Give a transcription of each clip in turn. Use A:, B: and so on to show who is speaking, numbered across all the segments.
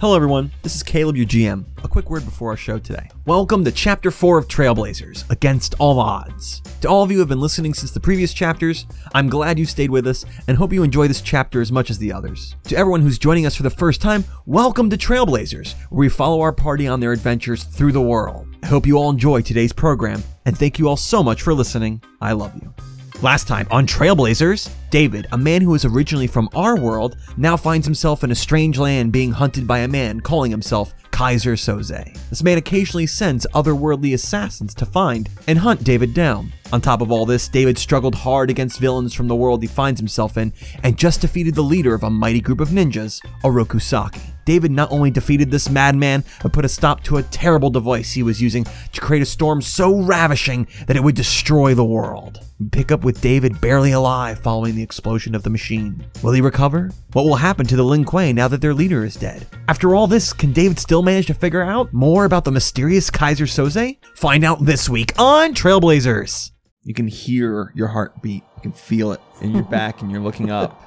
A: Hello, everyone. This is Caleb UGM. A quick word before our show today. Welcome to Chapter 4 of Trailblazers Against All Odds. To all of you who have been listening since the previous chapters, I'm glad you stayed with us and hope you enjoy this chapter as much as the others. To everyone who's joining us for the first time, welcome to Trailblazers, where we follow our party on their adventures through the world. I hope you all enjoy today's program, and thank you all so much for listening. I love you. Last time on Trailblazers, David, a man who was originally from our world, now finds himself in a strange land being hunted by a man calling himself Kaiser Soze. This man occasionally sends otherworldly assassins to find and hunt David down. On top of all this, David struggled hard against villains from the world he finds himself in and just defeated the leader of a mighty group of ninjas, Orokusaki. David not only defeated this madman, but put a stop to a terrible device he was using to create a storm so ravishing that it would destroy the world. We pick up with David barely alive following the explosion of the machine. Will he recover? What will happen to the Lin Kuei now that their leader is dead? After all this, can David still manage to figure out more about the mysterious Kaiser Soze? Find out this week on Trailblazers! You can hear your heartbeat, you can feel it in your back, and you're looking up,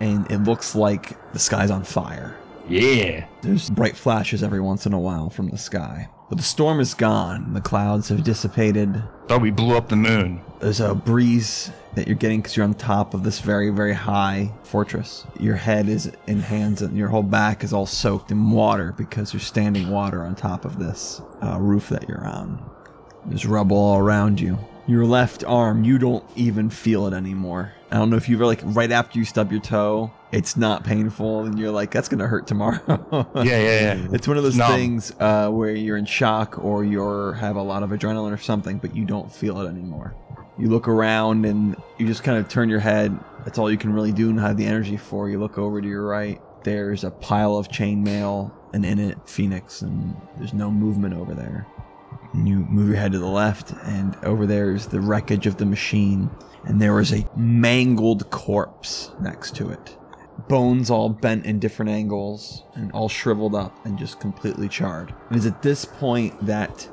A: and it looks like the sky's on fire.
B: Yeah.
A: There's bright flashes every once in a while from the sky. But the storm is gone. The clouds have dissipated.
B: Thought we blew up the moon.
A: There's a breeze that you're getting because you're on top of this very, very high fortress. Your head is in hands and your whole back is all soaked in water because you're standing water on top of this uh, roof that you're on. There's rubble all around you. Your left arm, you don't even feel it anymore. I don't know if you were like right after you stub your toe, it's not painful, and you're like, that's gonna hurt tomorrow.
B: Yeah, yeah, yeah.
A: It's one of those
B: Numb.
A: things uh, where you're in shock or you're have a lot of adrenaline or something, but you don't feel it anymore. You look around and you just kind of turn your head. That's all you can really do and have the energy for. You look over to your right. There's a pile of chainmail and in it Phoenix, and there's no movement over there. And you move your head to the left, and over there is the wreckage of the machine, and there is a mangled corpse next to it bones all bent in different angles and all shriveled up and just completely charred. It is at this point that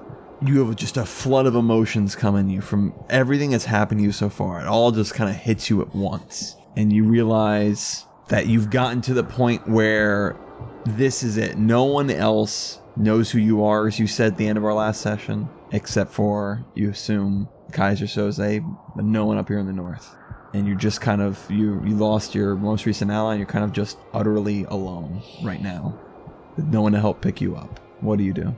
A: you have just a flood of emotions coming you from everything that's happened to you so far. It all just kind of hits you at once. And you realize that you've gotten to the point where this is it. No one else knows who you are, as you said at the end of our last session, except for, you assume, Kaiser Soze, but no one up here in the north and you're just kind of you you lost your most recent ally and you're kind of just utterly alone right now with no one to help pick you up what do you do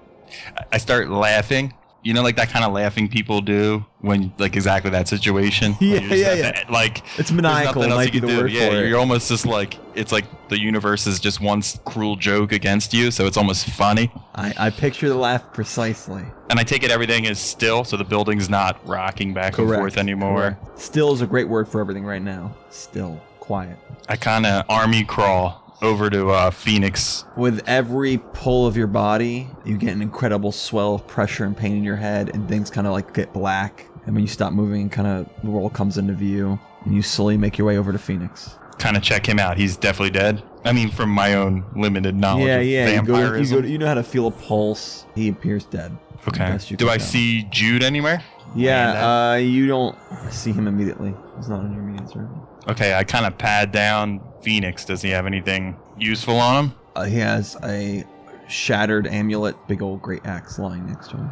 B: I- I start laughing. You know, like that kind of laughing people do when, like, exactly that situation. When
A: Yeah,
B: you're just
A: yeah,
B: at
A: yeah.
B: that- Like,
A: it's
B: there's
A: maniacal
B: nothing else
A: might be
B: you can
A: the
B: do.
A: word
B: Yeah,
A: for it
B: you're almost just like it's like the universe is just one s- cruel joke against you, so it's almost funny.
A: I, I picture the laugh precisely
B: And I take it everything is still, so the building's not rocking back and forth anymore.
A: Correct. still is a great word for everything right now still quiet
B: I kind of army crawl over to uh, Phoenix.
A: With every pull of your body, you get an incredible swell of pressure and pain in your head, and things kind of like get black. And when you stop moving, kind of the world comes into view, and you slowly make your way over to Phoenix.
B: Kind of check him out. He's definitely dead. I mean, from my own limited knowledge.
A: yeah,
B: of
A: yeah. You, go to, you,
B: vampirism.
A: go to- you know how to feel a pulse. He appears dead.
B: Okay.
A: Best you
B: Do
A: can
B: I
A: tell.
B: see Jude anywhere? Landon?
A: Yeah, uh, you don't see him immediately. He's not on your immediate survey.
B: Okay, I kind of pad down Phoenix. Does he have anything useful on him?
A: Uh, he has a shattered amulet, big old great axe lying next to him.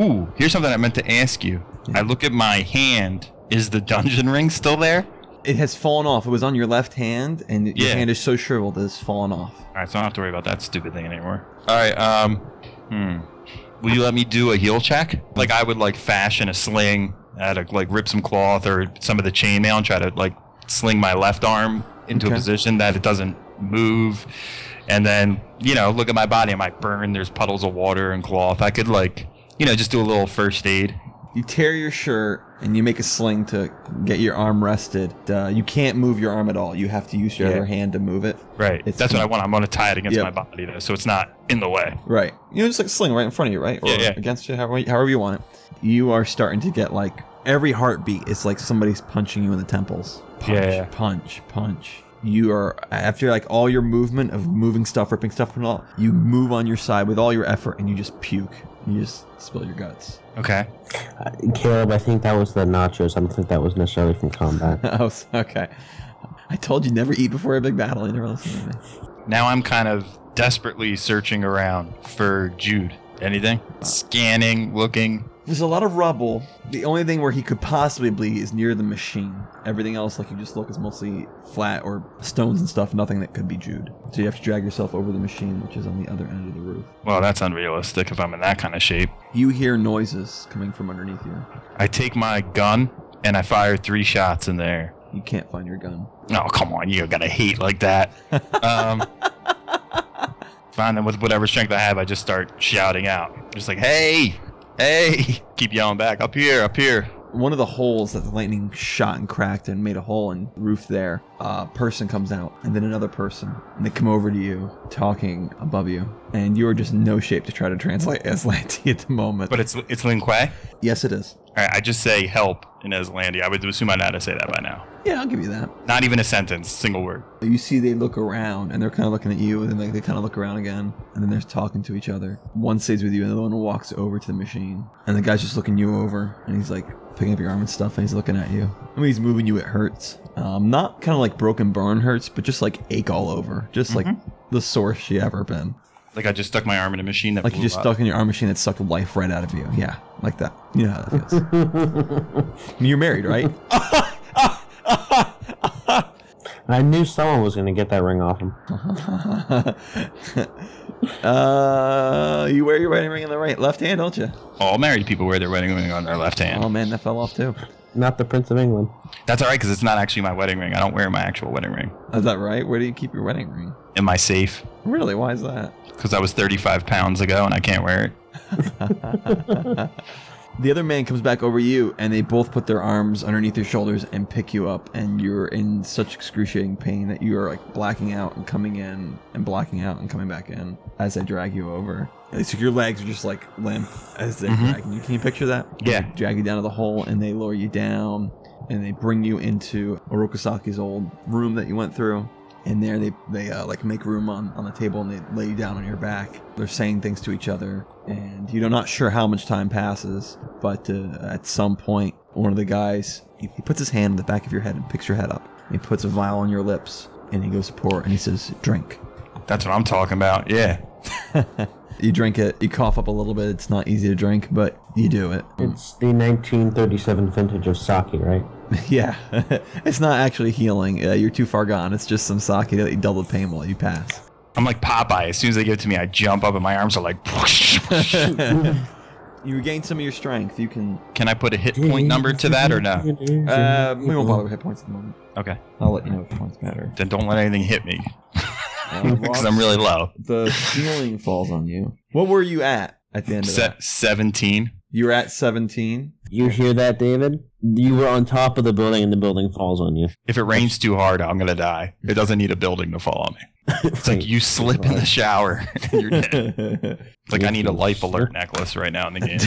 B: Ooh, here's something I meant to ask you.
A: Yeah.
B: I look at my hand. Is the dungeon ring still there?
A: It has fallen off. It was on your left hand, and your
B: Yeah.
A: hand is so shriveled that it's fallen off.
B: All right, so I don't have to worry about that stupid thing anymore. All right, um, hmm. Will you let me do a heal check? Like I would like fashion a sling out of like rip some cloth or some of the chainmail and try to like sling my left arm into
A: Okay.
B: a position that it doesn't move. And then, you know, look at my body. I might burn. There's puddles of water and cloth. I could like, you know, just do a little first aid.
A: You tear your shirt and you make a sling to get your arm rested. Uh, you can't move your arm at all. You have to use your
B: Yeah.
A: other hand to move it.
B: Right.
A: It's-
B: That's what I want. I'm going to tie it against
A: Yep.
B: my body though, so it's not in the way.
A: Right. You know, just like sling right in front of you, right? Or
B: Yeah, yeah.
A: against you, however, however you want it. You are starting to get like every heartbeat is like somebody's punching you in the temples. Punch,
B: Yeah.
A: punch, punch. You are after like all your movement of moving stuff, ripping stuff and all, you move on your side with all your effort and you just puke. You just spill your guts.
B: Okay.
C: Uh, Caleb, I think that was the nachos. I don't think that was necessarily from combat.
A: oh, okay. I told you never eat before a big battle. You never listen to me.
B: Now I'm kind of desperately searching around for Jude. Anything? Scanning, looking.
A: There's a lot of rubble. The only thing where he could possibly be is near the machine. Everything else, like you just look, is mostly flat or stones and stuff. Nothing that could be Jude. So you have to drag yourself over the machine, which is on the other end of the roof.
B: Well, that's unrealistic if I'm in that kind of shape.
A: You hear noises coming from underneath you.
B: I take my gun and I fire three shots in the air.
A: You can't find your gun.
B: Oh, come on, you're gonna hate like that. Um, fine, then with whatever strength I have, I just start shouting out. Just like, hey, hey, keep yelling back, up here, up here.
A: One of the holes that the lightning shot and cracked and made a hole in the roof there, a person comes out, and then another person, and they come over to you, talking above you, and you are just in no shape to try to translate Aslanti at the moment.
B: But it's it's Lin Kuei.
A: yes, it is.
B: All right, I just say help in Eslandia. I would assume I know how to say that by now.
A: Yeah, I'll give you that.
B: Not even a sentence, single word.
A: You see, they look around and they're kind of looking at you, and then like they kind of look around again, and then they're talking to each other. One stays with you, and the other one walks over to the machine, and the guy's just looking you over, and he's like picking up your arm and stuff, and he's looking at you. I mean, he's moving you; it hurts. Um, not kind of like broken bone hurts, but just like ache all over, just like the sorest you ever been.
B: Like I just stuck my arm in a machine that
A: Like
B: blew
A: you just
B: up.
A: stuck in your arm machine that sucked life right out of you. Yeah, like that. You know how that feels. I mean, you're married, right?
C: I knew someone was gonna get that ring off him.
A: uh, you wear your wedding ring in the right left hand, don't you?
B: All married people wear their wedding ring on their left hand.
A: Oh man, that fell off too.
C: Not the Prince of England.
B: That's all right because it's not actually my wedding ring. I don't wear my actual wedding ring.
A: Is that right? Where do you keep your wedding ring?
B: Am I safe?
A: Really? Why is that?
B: Because I was 35 pounds ago and I can't wear it.
A: The other man comes back over you, and they both put their arms underneath your shoulders and pick you up, and you're in such excruciating pain that you are like blacking out and coming in, and blacking out and coming back in as they drag you over. And so your legs are just like limp as they're
B: Mhm.
A: dragging you. Can you picture that?
B: Yeah.
A: drag you down to the hole and they lower you down and they bring you into Orokasaki's old room that you went through. And there they, they uh, like make room on, on the table and they lay you down on your back. They're saying things to each other and you're not sure how much time passes, but uh, at some point, one of the guys, he, he puts his hand on the back of your head and picks your head up. He puts a vial on your lips and he goes to pour it and he says, drink.
B: That's what I'm talking about. Yeah.
A: You drink it, you cough up a little bit. It's not easy to drink, but you do it.
C: It's the 1937 vintage of sake, right?
A: Yeah, it's not actually healing. Uh, you're too far gone. It's just some sake that you double the pain while you pass.
B: I'm like Popeye. As soon as they give it to me, I jump up and my arms are like.
A: You regain some of your strength. You can.
B: Can I put a hit point number to that or no?
A: Uh, we won't bother with hit points at the moment.
B: Okay.
A: I'll let you know if points matter.
B: Then don't let anything hit me
A: Uh,
B: because I'm really low.
A: the ceiling falls on you. What were you at at the end of
B: Se-
A: that?
B: 17.
A: You're at 17.
C: You hear that, David? You were on top of the building, and the building falls on you.
B: If it rains too hard, I'm going to die. It doesn't need a building to fall on me. It's like you slip in the shower and you're dead. It's like I need a life alert necklace right now in the game.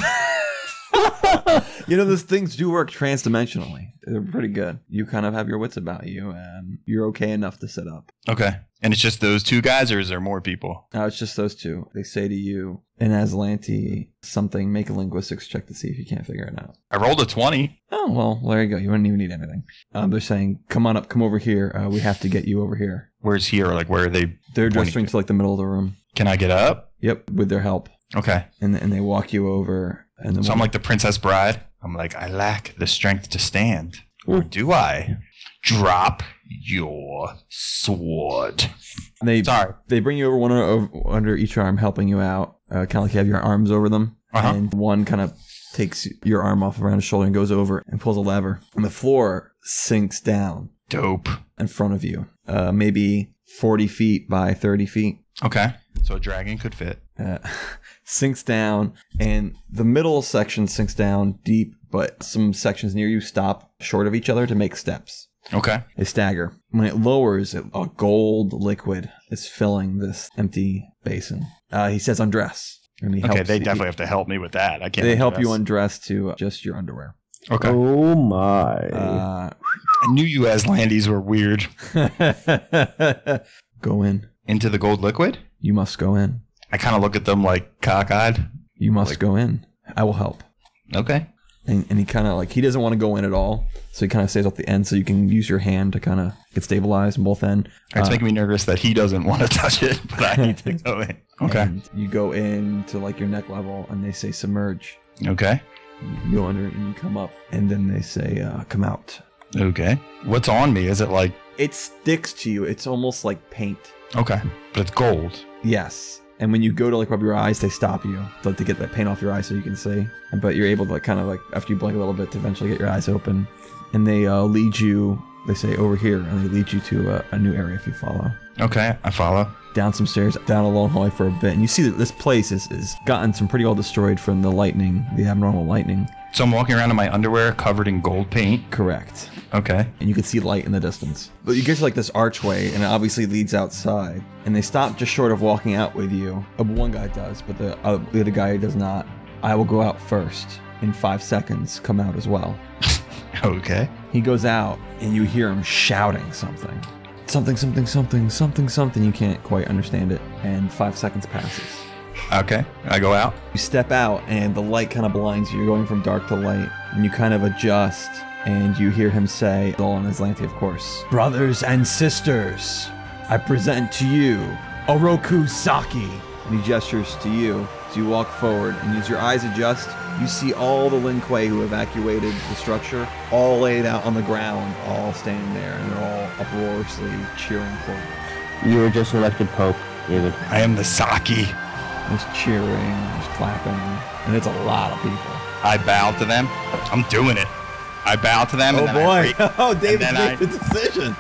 A: you know, those things do work transdimensionally. They're pretty good. You kind of have your wits about you, and you're okay enough to set up.
B: Okay. And it's just those two guys, or is there more people?
A: No, it's just those two. They say to you in Aslanti something, make a linguistics check to see if you can't figure it out.
B: I rolled a 20.
A: Oh, well, there you go. You wouldn't even need anything. Um, they're saying, come on up, come over here. Uh, we have to get you over here.
B: Where's here? Like, where are they?
A: They're
B: Pointing
A: gesturing to like the middle of the room.
B: Can I get up?
A: Yep, with their help.
B: Okay.
A: And, and they walk you over. And then
B: So I'm like the Princess Bride. I'm like, I lack the strength to stand. Or do I? Drop your sword.
A: they,
B: Sorry.
A: they bring you over one o- o- under each arm, helping you out. Uh, kind of like you have your arms over them,
B: Uh-huh.
A: and one kind of takes your arm off around his shoulder and goes over and pulls a lever, and the floor sinks down
B: Dope.
A: in front of you, uh, maybe forty feet by thirty feet.
B: Okay. So a dragon could fit.
A: Uh, sinks down, and the middle section sinks down deep, but some sections near you stop short of each other to make steps.
B: Okay.
A: They stagger. When it lowers, it, a gold liquid is filling this empty basin. Uh, he says, "Undress." And he
B: Okay.
A: helps
B: They
A: you-
B: definitely have to help me with that. I can't.
A: they help you
B: undress.
A: undress to uh, just your underwear.
B: Okay.
C: Oh my!
A: Uh,
B: I knew you Aslandies were weird.
A: Uh, go in.
B: Into the gold liquid?
A: You must go in.
B: I kind of look at them like cockeyed.
A: You must
B: Like-
A: go in. I will help.
B: Okay.
A: and, and he kind of like he doesn't want to go in at all, so he kind of stays off the end, so you can use your hand to kind of get stabilized in both end.
B: It's making me nervous that he doesn't want to touch it, but I need to go in. Okay.
A: And you go in to like your neck level, and they say submerge.
B: Okay.
A: You go under and you come up, and then they say uh, come out.
B: Okay. What's on me? Is it like
A: It sticks to you. It's almost like paint.
B: okay, but it's gold.
A: Yes. And when you go to like rub your eyes, they stop you to, like, to get that paint off your eyes so you can see. But you're able to like kind of like after you blink a little bit to eventually get your eyes open, and they uh, lead you. They say over here, and they lead you to a, a new area if you follow.
B: Okay, I follow.
A: Down some stairs, down a long hallway for a bit, and you see that this place is, is gotten some pretty well destroyed from the lightning, the abnormal lightning.
B: So I'm walking around in my underwear covered in gold paint.
A: Correct.
B: Okay.
A: and you can see light in the distance. But you get to like this archway, and it obviously leads outside. And they stop just short of walking out with you. Uh, One guy does, but the, uh, the other guy does not. I will go out first. In five seconds, come out as well.
B: Okay.
A: He goes out, and you hear him shouting something. Something, something, something, something, something. You can't quite understand it. And five seconds passes.
B: Okay. I go out.
A: You step out, and the light kind of blinds you. You're going from dark to light, and you kind of adjust, and you hear him say, all in Islanti, of course, Brothers and sisters, I present to you Oroku Saki. And he gestures to you as you walk forward, and as your eyes adjust, you see all the Lin Kuei who evacuated the structure, all laid out on the ground, all standing there, and they're all uproariously cheering for you.
C: You were just elected Pope, David.
B: I am the Saki.
A: There's cheering, there's clapping, and it's a lot of people.
B: I bow to them. I'm doing it. I bow to them. and then I ra-
A: oh, David
B: then I-
A: made the decision.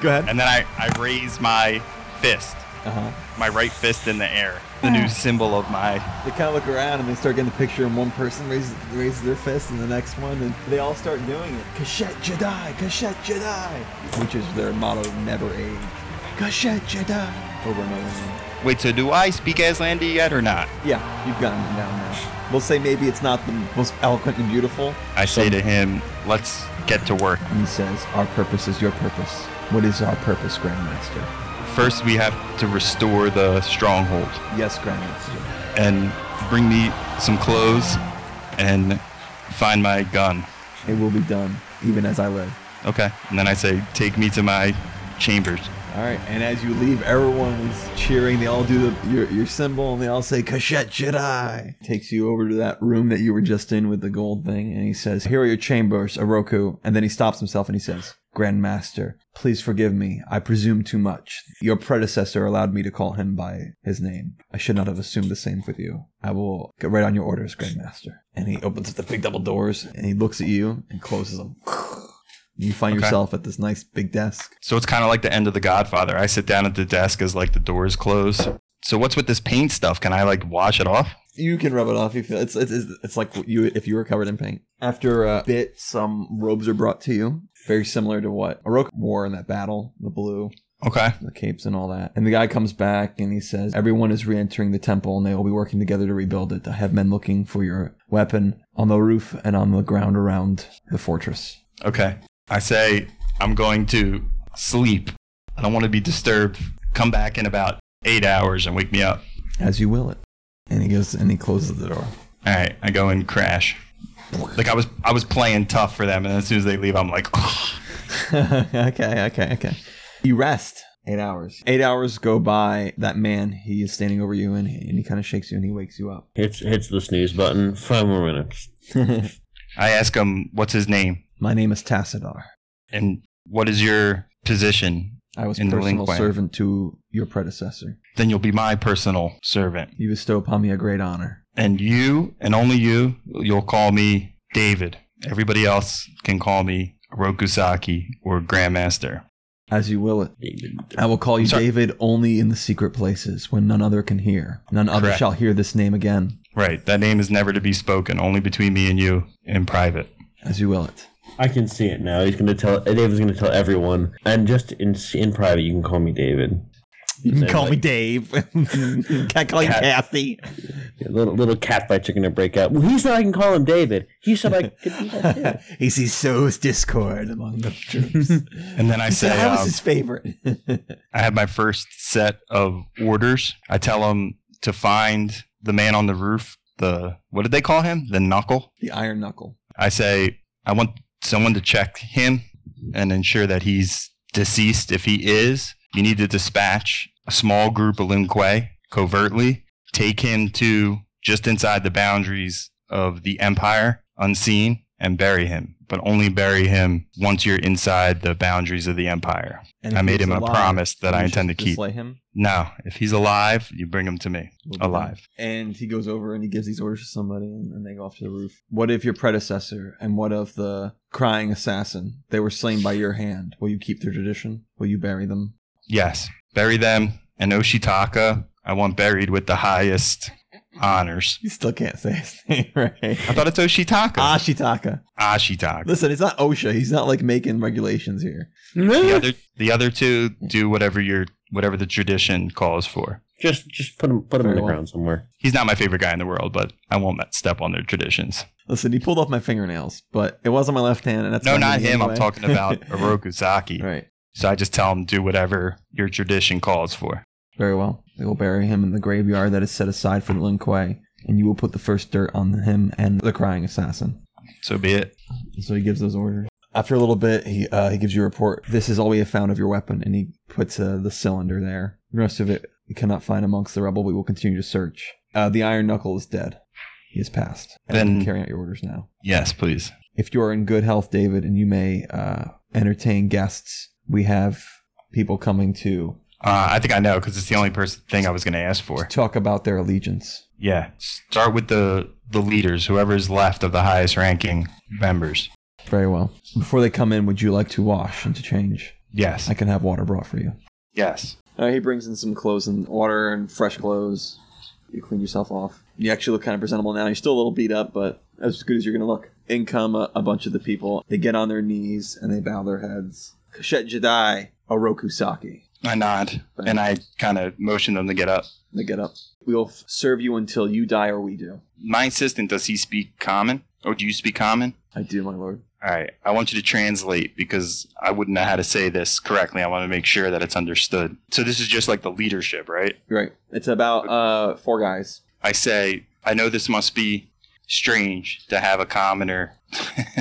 A: Go ahead.
B: and then I, I raise my fist,
A: Uh-huh.
B: my right fist in the air, the new symbol of my.
A: They kind of look around and they start getting the picture, and one person raises, raises their fist, and the next one, and they all start doing it. Kashet Jedi, Kashet Jedi, which is their motto, never age. Kashet Jedi. Over and over. again.
B: Wait, so do I speak Aslandi yet or not?
A: Yeah, you've gotten it down now. We'll say maybe it's not the most eloquent and beautiful,
B: I say to him, let's get to work.
A: and he says, "Our purpose is your purpose. What is our purpose, Grandmaster?"
B: First, we have to restore the stronghold
A: Yes, Grandmaster.
B: and bring me some clothes and find my gun.
A: It will be done, even as I live.
B: Okay. And then I say, take me to my chambers.
A: All right, and as you leave, everyone is cheering. They all do the, your, your symbol, and they all say "Kashet Jedi." Takes you over to that room that you were just in with the gold thing, and he says, "Here are your chambers, Oroku." And then he stops himself and he says, "Grandmaster, please forgive me. I presume too much. Your predecessor allowed me to call him by his name. I should not have assumed the same with you. I will get right on your orders, Grandmaster." And he opens up the big double doors, and he looks at you and closes them. You find
B: Okay.
A: yourself at this nice big desk.
B: So it's kind of like the end of The Godfather. I sit down at the desk as like the doors close. So what's with this paint stuff? Can I like wash it off?
A: You can rub it off. You feel it's it's, it's, it's like you if you were covered in paint. After a bit, some robes are brought to you, very similar to what Oroku wore in that battle, the blue,
B: Okay.
A: the capes, and all that. And the guy comes back and he says, "Everyone is re-entering the temple, and they will be working together to rebuild it. I have men looking for your weapon on the roof and on the ground around the fortress."
B: Okay. I say I'm going to sleep. I don't want to be disturbed. Come back in about eight hours and wake me up.
A: As you will it. And he goes and he closes the door.
B: All right. I go and crash. Like I was, I was playing tough for them, and as soon as they leave, I'm like,
A: okay, okay, okay. You rest eight hours. Eight hours go by. That man, he is standing over you, and he, and he kind of shakes you, and he wakes you up.
C: Hits hits the snooze button. Five more minutes.
B: I ask him, "What's his name
A: My name is Tassadar.
B: and what is your position?"
A: I was
B: In the
A: personal
B: Linkway.
A: servant to your predecessor.
B: Then you'll be my personal servant,
A: You bestow upon me a great honor.
B: and you, and only you, you'll call me David. Everybody else can call me Rokusaki or Grandmaster.
A: As you will it.
C: David.
A: I will call you
B: Sorry.
A: David only in the secret places when none other can hear. None other
B: Correct.
A: shall hear this name again.
B: Right. That name is never to be spoken, only between me and you in private.
A: As you will it.
C: I can see it now. He's gonna tell. David's gonna tell everyone. And just in in private, you can call me David.
A: You can
C: Say
A: call
C: like-
A: me Dave. Can't call you
C: Cat-
A: Kathy.
C: Little little cat fights are gonna break out. Well, he said I can call him David. He said I could do that too.
A: he sees sows discord among the troops.
B: And then I say,
A: that was
B: um,
A: his favorite.
B: I have my first set of orders. I tell them to find the man on the roof, the, what did they call him? The knuckle?
A: the Iron Knuckle.
B: I say, I want someone to check him and ensure that he's deceased. If he is, you need to dispatch a small group of Lin Kuei covertly, take him to just inside the boundaries of the Empire, unseen, and bury him. But only bury him once you're inside the boundaries of the Empire.
A: And
B: I
A: if
B: made
A: he's
B: him a
A: alive,
B: promise that I
A: we
B: intend to
A: should
B: keep.
A: Slay him.
B: Now, if he's alive, you bring him to me.
A: We'll do
B: Alive.
A: that. And he goes over and he gives these orders to somebody, and, and they go off to the roof. What if your predecessor and what of the crying assassin? They were slain by your hand. Will you keep their tradition? Will you bury them?
B: Yes. Bury them. And Oshitaka, I want buried with the highest honors.
A: You still can't say his name right.
B: I thought it's Oshitaka.
A: Ashitaka.
B: Ashitaka.
A: Listen, it's not OSHA. He's not like making regulations here.
B: The other, the other two do whatever your whatever the tradition calls for.
C: Just just put him put him
A: Very
C: on the
A: well.
C: ground somewhere.
B: He's not my favorite guy in the world, but I won't let- step on their traditions.
A: Listen, he pulled off my fingernails, but it was on my left hand, and that's
B: No,
A: what I
B: not
A: did
B: him. I'm
A: anyway.
B: talking about Oroku Saki.
A: right.
B: So I just tell him do whatever your tradition calls for.
A: Very well. They will bury him in the graveyard that is set aside for the Lin Kuei, and you will put the first dirt on him and the crying assassin.
B: So be it.
A: So he gives those orders. After a little bit, he uh, he gives you a report. This is all we have found of your weapon, and he puts uh, the cylinder there. The rest of it we cannot find amongst the rubble. We will continue to search. Uh, the Iron Knuckle is dead. He is passed. And
B: Then-
A: I'm carrying out your orders now.
B: Yes, please.
A: if you are in good health, David, and you may uh, entertain guests, we have people coming to
B: Uh, I think I know because it's the only person thing I was going to ask for.
A: talk about their allegiance.
B: Yeah. Start with the the leaders, whoever's left of the highest ranking members.
A: Very well. Before they come in, would you like to wash and to change?
B: Yes.
A: I can have water brought for you.
B: Yes.
A: Uh, he brings in some clothes and water and fresh clothes. You clean yourself off. You actually look kind of presentable now. You're still a little beat up, but as good as you're going to look. In come a, a bunch of the people. They get on their knees and they bow their heads. Kashet Jedi Oroku Saki.
B: I nod and I kind of motion them to get up.
A: They get up. We will f- serve you until you die or we do.
B: My assistant, does he speak common? Or do you speak common?
A: I do, my lord.
B: All right. I want you to translate because I wouldn't know how to say this correctly. I want to make sure that it's understood. So this is just like the leadership, right?
A: You're right. It's about uh four guys.
B: I say, I know this must be strange to have a commoner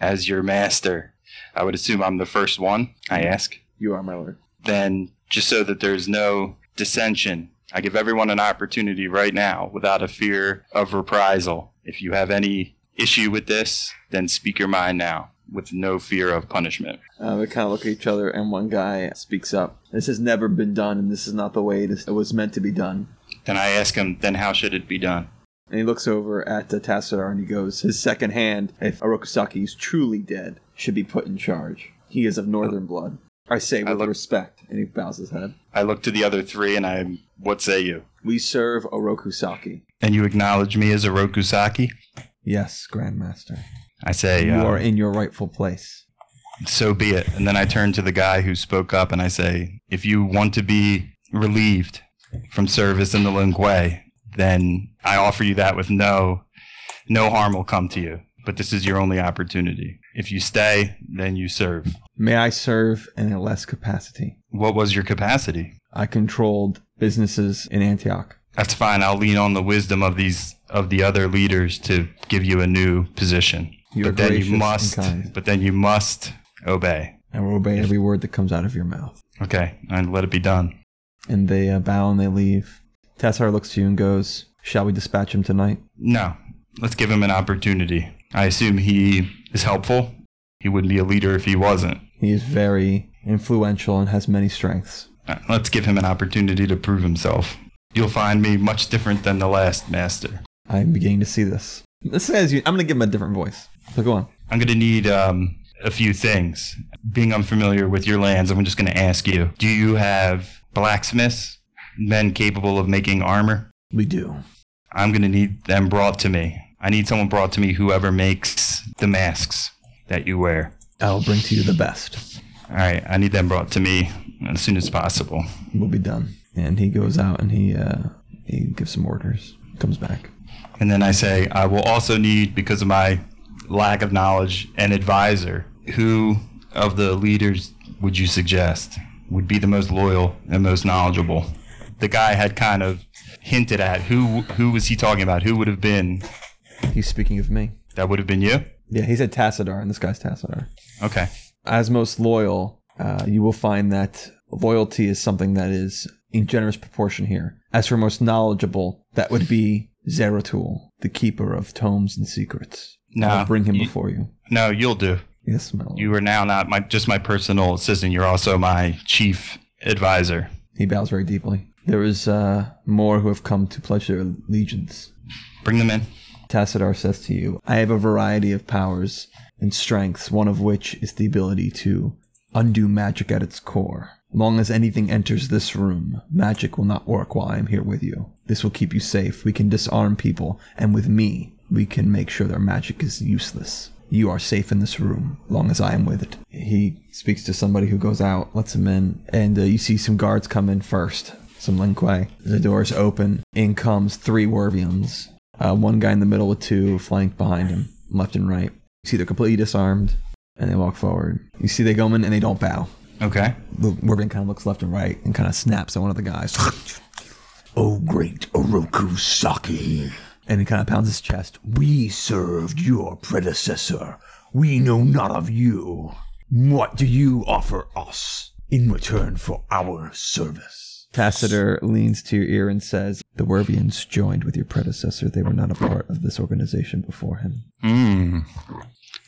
B: as your master. I would assume I'm the first one, I ask.
A: You are my lord.
B: Then, just so that there's no dissension, I give everyone an opportunity right now without a fear of reprisal. If you have any issue with this, then speak your mind now with no fear of punishment.
A: Uh, they kind of look at each other, and one guy speaks up. This has never been done, and this is not the way this it was meant to be done.
B: Then I ask him, then how should it be done?
A: And he looks over at uh, Tassadar and he goes, His second hand, if Orokusaki is truly dead, should be put in charge. He is of northern blood. I say
B: I
A: with
B: look-
A: respect. And he bows his head.
B: I look to the other three and I, what say you?
A: We serve Orokusaki.
B: And you acknowledge me as a Rokusaki?
A: Yes, Grandmaster.
B: I say, uh,
A: You are in your rightful place.
B: so be it. And then I turn to the guy who spoke up and I say, if you want to be relieved from service in the Lingue, then I offer you that with no no harm will come to you. But this is your only opportunity. If you stay, then you serve.
A: May I serve in a less capacity?
B: What was your capacity?
A: I controlled businesses in Antioch.
B: That's fine. I'll lean on the wisdom of these of the other leaders to give you a new position.
A: You are
B: but then
A: gracious
B: you
A: and
B: must
A: kind.
B: but then you must obey.
A: I will obey every word that comes out of your mouth.
B: Okay, and let it be done.
A: And they uh, bow and they leave. Tassar looks to you and goes, Shall we dispatch him tonight?
B: No. Let's give him an opportunity. I assume he is helpful. He wouldn't be a leader if he wasn't.
A: He is very influential and has many strengths.
B: Uh, Let's give him an opportunity to prove himself. You'll find me much different than the last master.
A: I'm beginning to see this. This says you. I'm going to give him a different voice. So go on.
B: I'm going to need um, a few things. Being unfamiliar with your lands, I'm just going to ask you do you have blacksmiths, men capable of making armor?
A: We do.
B: I'm going to need them brought to me. I need someone brought to me, whoever makes the masks that you wear.
A: I'll bring to you the best.
B: All right, I need them brought to me as soon as possible.
A: We'll be done. And he goes out and he uh, he gives some orders. Comes back.
B: And then I say, I will also need, because of my lack of knowledge, an advisor. Who of the leaders would you suggest would be the most loyal and most knowledgeable? The guy had kind of hinted at who who was he talking about? Who would have been
A: He's speaking of me.
B: that would have been you?
A: Yeah, he said Tassadar, and this guy's Tassadar.
B: Okay.
A: As most loyal, uh, you will find that loyalty is something that is in generous proportion here. As for most knowledgeable, that would be Zeratul, the keeper of tomes and secrets.
B: No,
A: I'll bring him
B: you-
A: before you.
B: No, you'll do.
A: Yes, my lord.
B: You are now not my just my personal assistant. You're also my chief advisor.
A: He bows very deeply. There is uh, more who have come to pledge their allegiance.
B: Bring them in.
A: Tassadar says to you, I have a variety of powers and strengths, one of which is the ability to undo magic at its core. Long as anything enters this room, magic will not work while I am here with you. This will keep you safe. We can disarm people, and with me, we can make sure their magic is useless. You are safe in this room, long as I am with it. He speaks to somebody who goes out, lets him in, and uh, you see some guards come in first. Some Linque. The doors open. In comes three Werviums. Uh, one guy in the middle with two flanked behind him, left and right. You see they're completely disarmed, and they walk forward. You see they go in and they don't bow.
B: Okay.
A: The Wervin kind of looks left and right and kind of snaps at one of the guys. oh, great Oroku Saki. And he kind of pounds his chest.
D: We served your predecessor. We know not of you. What do you offer us in return for our service?
A: Tassiter leans to your ear and says, The Wervians joined with your predecessor. They were not a part of this organization before him.
B: Mm.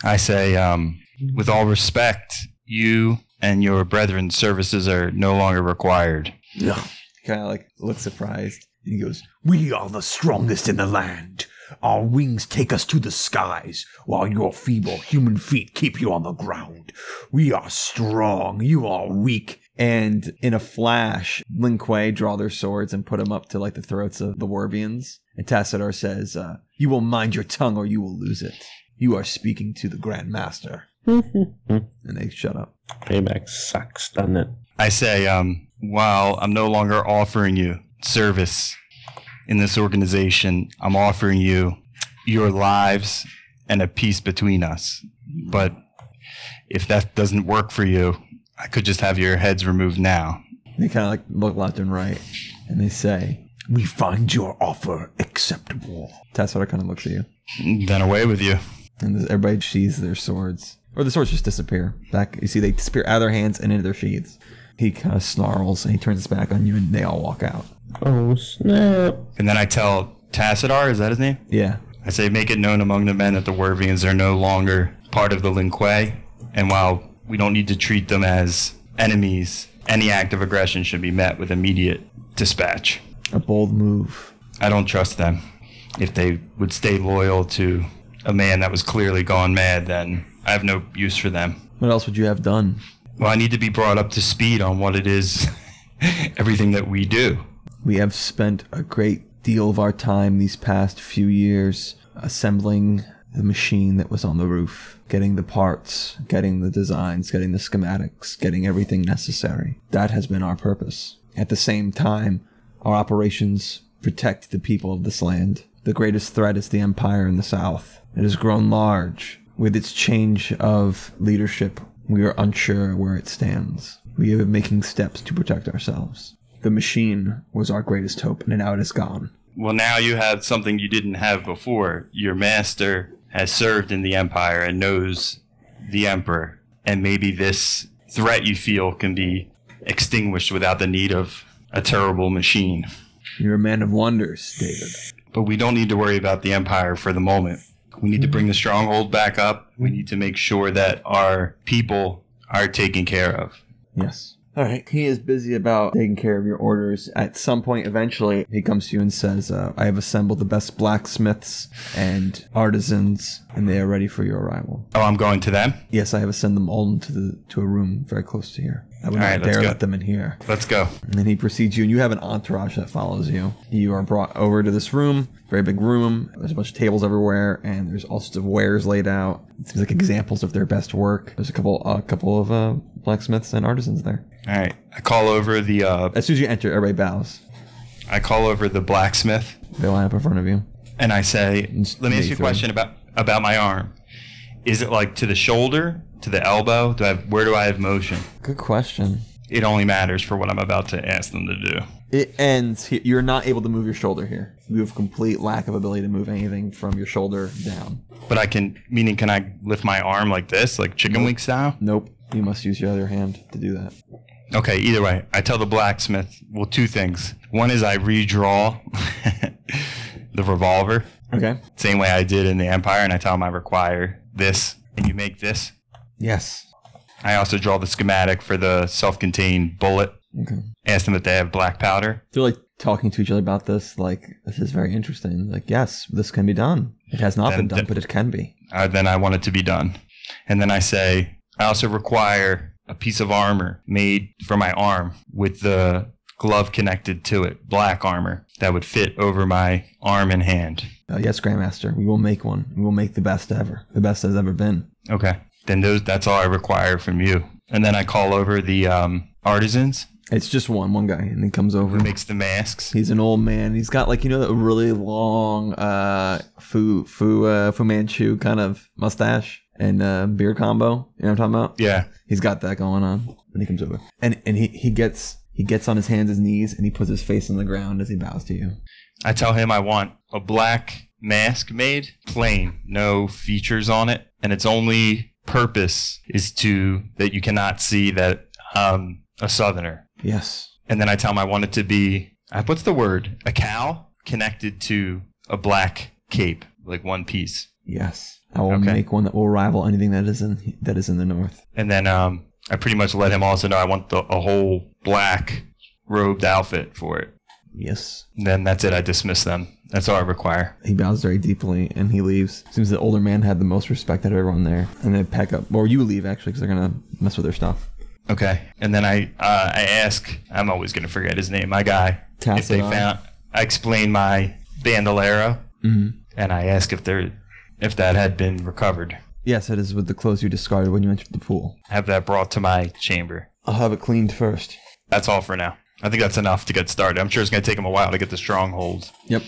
B: I say, um, with all respect, you and your brethren's services are no longer required.
D: No,
A: He kind of like looks surprised. He goes,
D: we are the strongest in the land. Our wings take us to the skies, while your feeble human feet keep you on the ground. We are strong, you are weak.
A: And in a flash, Lin Kuei draw their swords and put them up to like the throats of the Warbians. And Tassadar says, uh, "You will mind your tongue, or you will lose it. You are speaking to the Grand Master." and they shut up.
C: Payback sucks, doesn't it?
B: I say, um, while I'm no longer offering you service in this organization, I'm offering you your lives and a peace between us. But if that doesn't work for you, I could just have your heads removed now.
A: They kind of like look left and right, and they say,
D: We find your offer acceptable.
A: "Tassadar kind of looks at you."
B: Then away with you.
A: And this- everybody sheathes their swords. Or the swords just disappear. Back you see they disappear out of their hands and into their sheaths. He kind of snarls and he turns his back on you and they all walk out.
C: Oh snap!
B: And then I tell Tassadar, is that his name?
A: Yeah.
B: I say, make it known among the men that the Wervians are no longer part of the Lin Kuei, and while we don't need to treat them as enemies, any act of aggression should be met with immediate dispatch.
A: A bold move.
B: I don't trust them. If they would stay loyal to a man that was clearly gone mad, then I have no use for them.
A: What else would you have done?
B: Well, I need to be brought up to speed on what it is, everything that we do.
A: We have spent a great deal of our time these past few years assembling the machine that was on the roof, getting the parts, getting the designs, getting the schematics, getting everything necessary. That has been our purpose. At the same time, our operations protect the people of this land. The greatest threat is the empire in the south. It has grown large. With its change of leadership, we are unsure where it stands. We have been making steps to protect ourselves. The machine was our greatest hope, and now it is gone.
B: Well, now you have something you didn't have before. Your master has served in the Empire and knows the Emperor. And maybe this threat you feel can be extinguished without the need of a terrible machine.
A: You're a man of wonders, David.
B: But we don't need to worry about the Empire for the moment. We need to bring the stronghold back up. We need to make sure that our people are taken care of.
A: Yes. All right. He is busy about taking care of your orders. At some point, eventually, he comes to you and says, uh, I have assembled the best blacksmiths and artisans, and they are ready for your arrival.
B: Oh, I'm going to them?
A: Yes, I have sent them all into the to a room very close to here. I would
B: All
A: not
B: right, let's
A: dare
B: go.
A: let them in here.
B: Let's go.
A: And then he precedes you, and you have an entourage that follows you. You are brought over to this room, very big room. There's a bunch of tables everywhere, and there's all sorts of wares laid out. It seems like examples of their best work. There's a couple, a couple of uh, blacksmiths and artisans there.
B: All right. I call over the uh,
A: As soon as you enter, everybody bows.
B: I call over the blacksmith.
A: They line up in front of you.
B: and I say,
A: It's
B: "Let me ask you a
A: Nathan.
B: question about about my arm. Is it like to the shoulder, to the elbow? Do I have, where do I have motion?
A: Good question.
B: it only matters for what I'm about to ask them to do.
A: It ends here. You're not able to move your shoulder here. You have complete lack of ability to move anything from your shoulder down.
B: But I can, meaning, can I lift my arm like this, like chicken wing style?
A: Nope. You must use your other hand to do that.
B: Okay, either way, I tell the blacksmith, well, two things. One is I redraw the revolver,
A: Okay.
B: same way I did in the Empire, and I tell him I require this, and you make this.
A: Yes.
B: I also draw the schematic for the self contained bullet,
A: Okay.
B: ask them if they have black powder.
A: They're like talking to each other about this. Like this is very interesting. Like yes, this can be done. It has not been
B: Then-
A: done,
B: then-
A: but it can be.
B: Uh, then I want it to be done. And then I say, I also require a piece of armor made for my arm with the glove connected to it, black armor that would fit over my arm and hand.
A: Uh, yes, Grandmaster. We will make one. We will make the best ever. The best has ever been.
B: Okay. Then those that's all I require from you. And then I call over the um, artisans
A: It's just one, one guy, and he comes over.
B: who makes the masks.
A: He's an old man. He's got like you know that really long uh Fu Fu uh, Fu Manchu kind of mustache and uh, beard combo. You know what I'm talking about?
B: Yeah.
A: He's got that going on. And he comes over, and and he he gets he gets on his hands and knees, and he puts his face on the ground as he bows to you.
B: I tell him I want a black mask made, plain, no features on it, and its only purpose is to that you cannot see that um a southerner.
A: Yes.
B: And then I tell him I want it to be uh, what's the word? A cow connected to a black cape, like one piece.
A: Yes. I will
B: Okay.
A: make one that will rival anything that is in that is in the north.
B: And then um, I pretty much let him also know I want the, a whole black robed outfit for it.
A: Yes.
B: And then that's it. I dismiss them. That's all I require.
A: He bows very deeply and he leaves. Seems the older man had the most respect out of everyone there. And they pack up, or you leave actually, because they're gonna mess with their stuff.
B: Okay. And then I uh, I ask. I'm always gonna forget his name. My guy. If they
A: Tassadon.
B: found, I explain my bandolero,
A: Mm-hmm.
B: and I ask if there, if that had been recovered.
A: Yes, it is with the clothes you discarded when you entered the pool.
B: Have that brought to my chamber.
A: I'll have it cleaned first.
B: That's all for now. I think that's enough to get started. I'm sure it's gonna take him a while to get the stronghold.
A: Yep.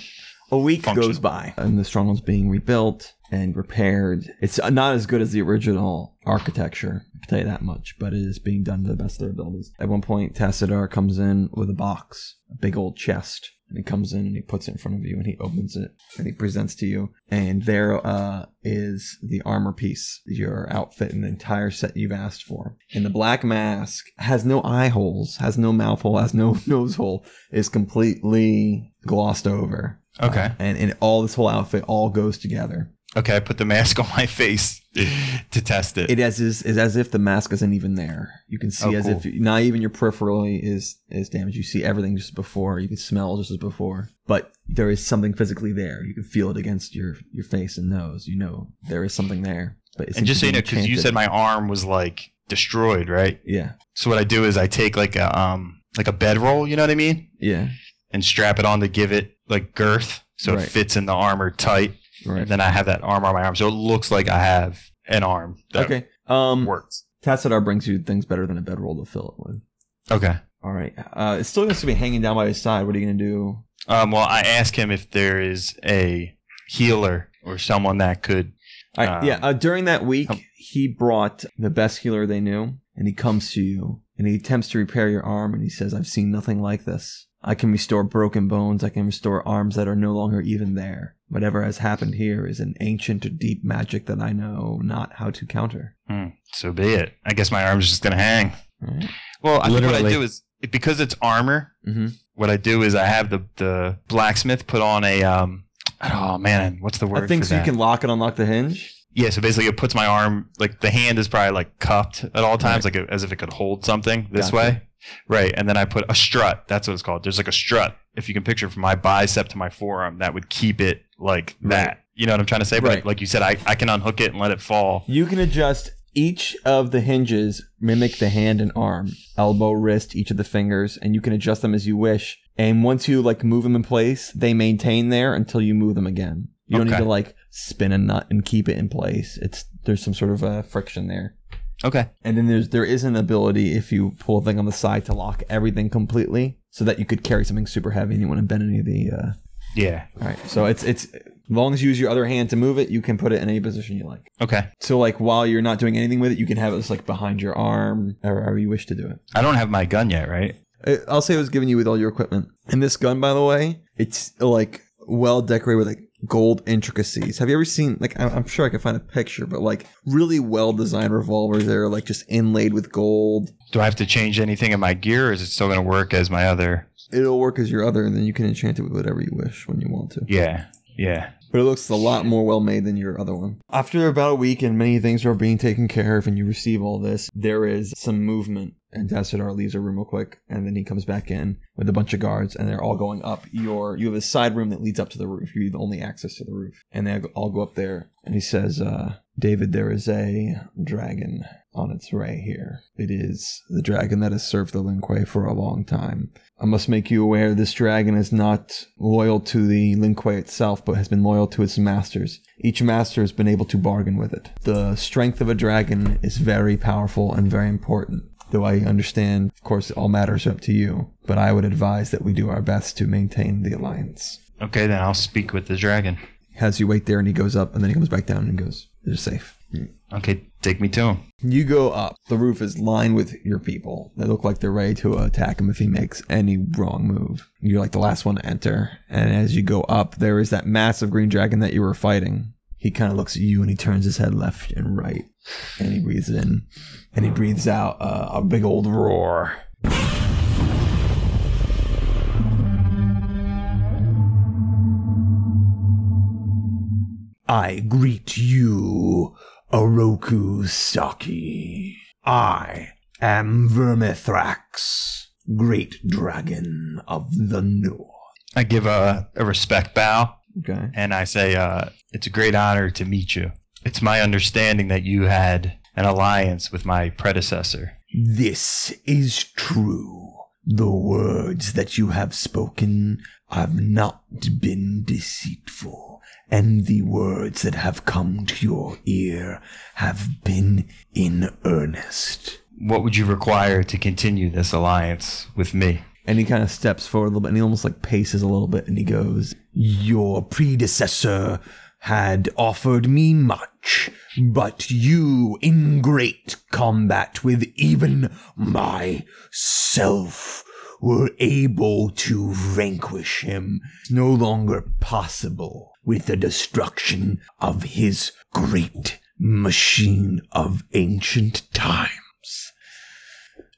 A: A week
B: Function.
A: goes by, and the stronghold's being rebuilt and repaired. It's not as good as the original architecture, I can tell you that much, but it is being done to the best of their abilities. At one point, Tassadar comes in with a box, a big old chest, and he comes in and he puts it in front of you and he opens it and he presents to you. And there uh, is the armor piece, your outfit, and the entire set you've asked for. And the black mask has no eye holes, has no mouth hole, has no nose hole, is completely glossed over
B: Okay.
A: and and all this whole outfit all goes together.
B: Okay, I put the mask on my face to test it.
A: It as is, is as if the mask isn't even there. You can see
B: Oh,
A: as if not even your peripherally is is damaged. You see everything just before. You can smell just as before, but there is something physically there. You can feel it against your your face and nose. You know there is something there. But it
B: and
A: seems
B: just
A: to
B: so you
A: be
B: know, because you
A: enchanted.
B: said my arm was like destroyed, right?
A: yeah
B: So what I do is I take like a um like a bedroll, you know what I mean,
A: yeah
B: and strap it on to give it like girth, so
A: Right.
B: it fits in the armor tight.
A: right
B: And then I have that arm on my arm, so it looks like I have an arm. That
A: okay um
B: works.
A: Tassadar brings you things better than a bedroll to fill it with.
B: Okay.
A: All right, uh, it's still going to be hanging down by his side. What are you going to do?
B: Um, well, I ask him if there is a healer or someone that could.
A: I,
B: Um,
A: yeah, uh, during that week,
B: um,
A: he brought the best healer they knew, and he comes to you and he attempts to repair your arm, and he says, "I've seen nothing like this. I can restore broken bones. I can restore arms that are no longer even there. Whatever has happened here is an ancient or deep magic that I know not how to counter."
B: Hmm, so be it. I guess my arm's just gonna hang.
A: Right.
B: Well, I think what I
C: Literally.
B: do is because it's armor,
A: Mm-hmm.
B: what I do is I have the the blacksmith put on a um oh man, what's the word?
A: I think
B: for
A: so. You
B: that?
A: can lock and unlock the hinge.
B: yeah. So basically, it puts my arm like the hand is probably like cupped at all times, like as if it could hold something this
A: Gotcha.
B: way, right? And then I put a strut. That's what it's called. There's like a strut. If you can picture from my bicep to my forearm, that would keep it like
A: Right.
B: that. You know what I'm trying to say? But
A: Right.
B: like you said, I, I can unhook it and let it fall.
A: You can adjust each of the hinges mimic the hand and arm, elbow, wrist, each of the fingers, and you can adjust them as you wish. And once you like move them in place, they maintain there until you move them again. You don't
B: Okay.
A: need to like spin a nut and keep it in place. It's there's some sort of uh, friction there.
B: Okay.
A: And then there's there is an ability if you pull a thing on the side to lock everything completely, so that you could carry something super heavy and you want to bend any of the. Uh,
B: Yeah.
A: all right, so it's it's As long as you use your other hand to move it, you can put it in any position you like.
B: Okay.
A: So like while you're not doing anything with it, you can have it just like behind your arm or however you wish to do it.
B: I don't have my gun yet, right?
A: I- I'll say it was given you with all your equipment. And this gun, by the way, it's like well decorated with like gold intricacies. Have you ever seen like I- I'm sure I can find a picture, but like really well designed revolvers that are like just inlaid with gold.
B: Do I have to change anything in my gear, or is it still going to work as my other?
A: It'll work as your other, and then you can enchant it with whatever you wish when you want to.
B: Yeah. Yeah.
A: But it looks a lot more well made than your other one. After about a week and many things are being taken care of and you receive all this, there is some movement and Tassadar leaves her room real quick and then he comes back in with a bunch of guards and they're all going up your you have a side room that leads up to the roof. You have the only access to the roof. And they all go up there and he says, uh, David, there is a dragon on its way here. It is the dragon that has served the Linque for a long time. I must make you aware this dragon is not loyal to the Linque itself, but has been loyal to its masters. Each master has been able to bargain with it. The strength of a dragon is very powerful and very important. Though I understand, of course, all matters are up to you, but I would advise that we do our best to maintain the alliance.
B: Okay, then I'll speak with the dragon.
A: He Has you wait there and he goes up and then he comes back down and goes, You're safe.
B: Okay, take me to him.
A: You go up. The roof is lined with your people. They look like they're ready to attack him if he makes any wrong move. You're like the last one to enter. And as you go up, there is that massive green dragon that you were fighting. He kind of looks at you and he turns his head left and right. And he breathes in and he breathes out uh, a big old roar.
D: I greet you, Oroku Saki. I am Vermithrax, great dragon of the north.
B: I give a, a respect bow
A: Okay.
B: and I say, uh, It's a great honor to meet you. It's my understanding that you had an alliance with my predecessor.
D: This is true. The words that you have spoken have not been deceitful, and the words that have come to your ear have been in earnest.
B: What would you require to continue this alliance with me?
A: And he kind of steps forward a little bit and he almost like paces a little bit and he goes,
D: Your predecessor had offered me much, but you in great combat with even myself were able to vanquish him. It's no longer possible with the destruction of his great machine of ancient times.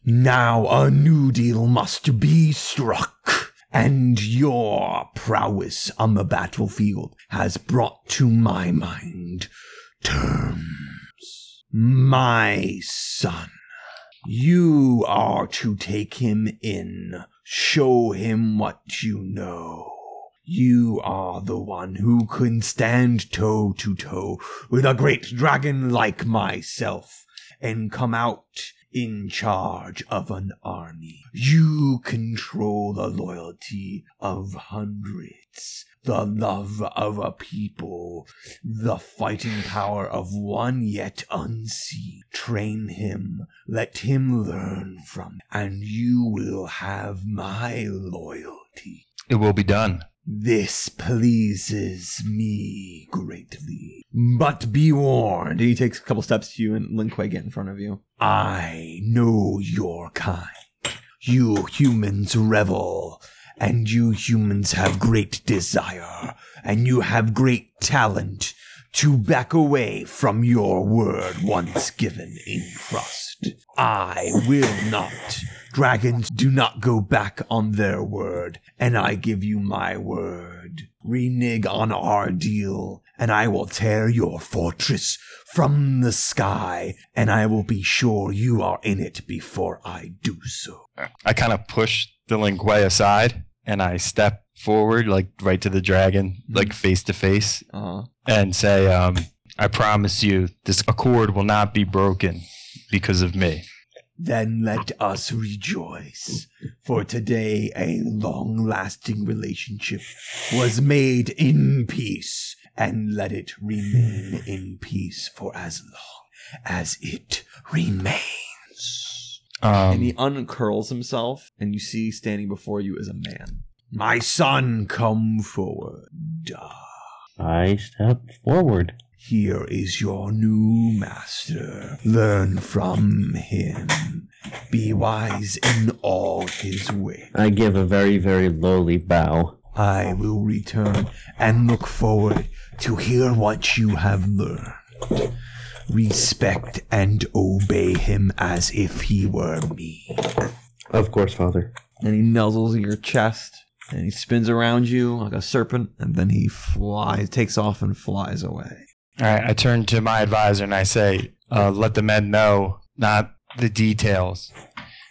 D: Now a new deal must be struck, and your prowess on the battlefield has brought to my mind terms. My son, you are to take him in, show him what you know. You are the one who can stand toe to toe with a great dragon like myself and come out in charge of an army. You control the loyalty of hundreds, the love of a people, the fighting power of one yet unseen. Train him, let him learn from, and you will have my loyalty.
B: It will be done.
D: This pleases me greatly. But be warned,
A: He takes a couple steps to you and Lin Kuei get in front of you.
D: I know your kind. You humans revel, and you humans have great desire, and you have great talent to back away from your word once given in trust. I will not. Dragons do not go back on their word, and I give you my word. Renege on our deal, and I will tear your fortress from the sky, and I will be sure you are in it before I do so.
B: I kind of push the Linguay aside and I step forward, like right to the dragon, like face to face,
A: Uh,
B: and say, um, I promise you this accord will not be broken because of me.
D: Then let us rejoice, for today a long lasting relationship was made in peace, and let it remain in peace for as long as it remains.
B: Um,
A: and he uncurls himself and you see standing before you is a man.
D: My son, come forward. Ah,
C: I step forward.
D: Here is your new master. Learn from him. Be wise in all his ways.
C: I give a very, very lowly bow.
D: I will return and look forward to hear what you have learned. Respect and obey him as if he were me.
C: Of course, father.
A: And he nuzzles your chest and he spins around you like a serpent and then he flies, takes off and flies away.
E: All right, I turn to my advisor and I say, uh, "Let the men know not the details,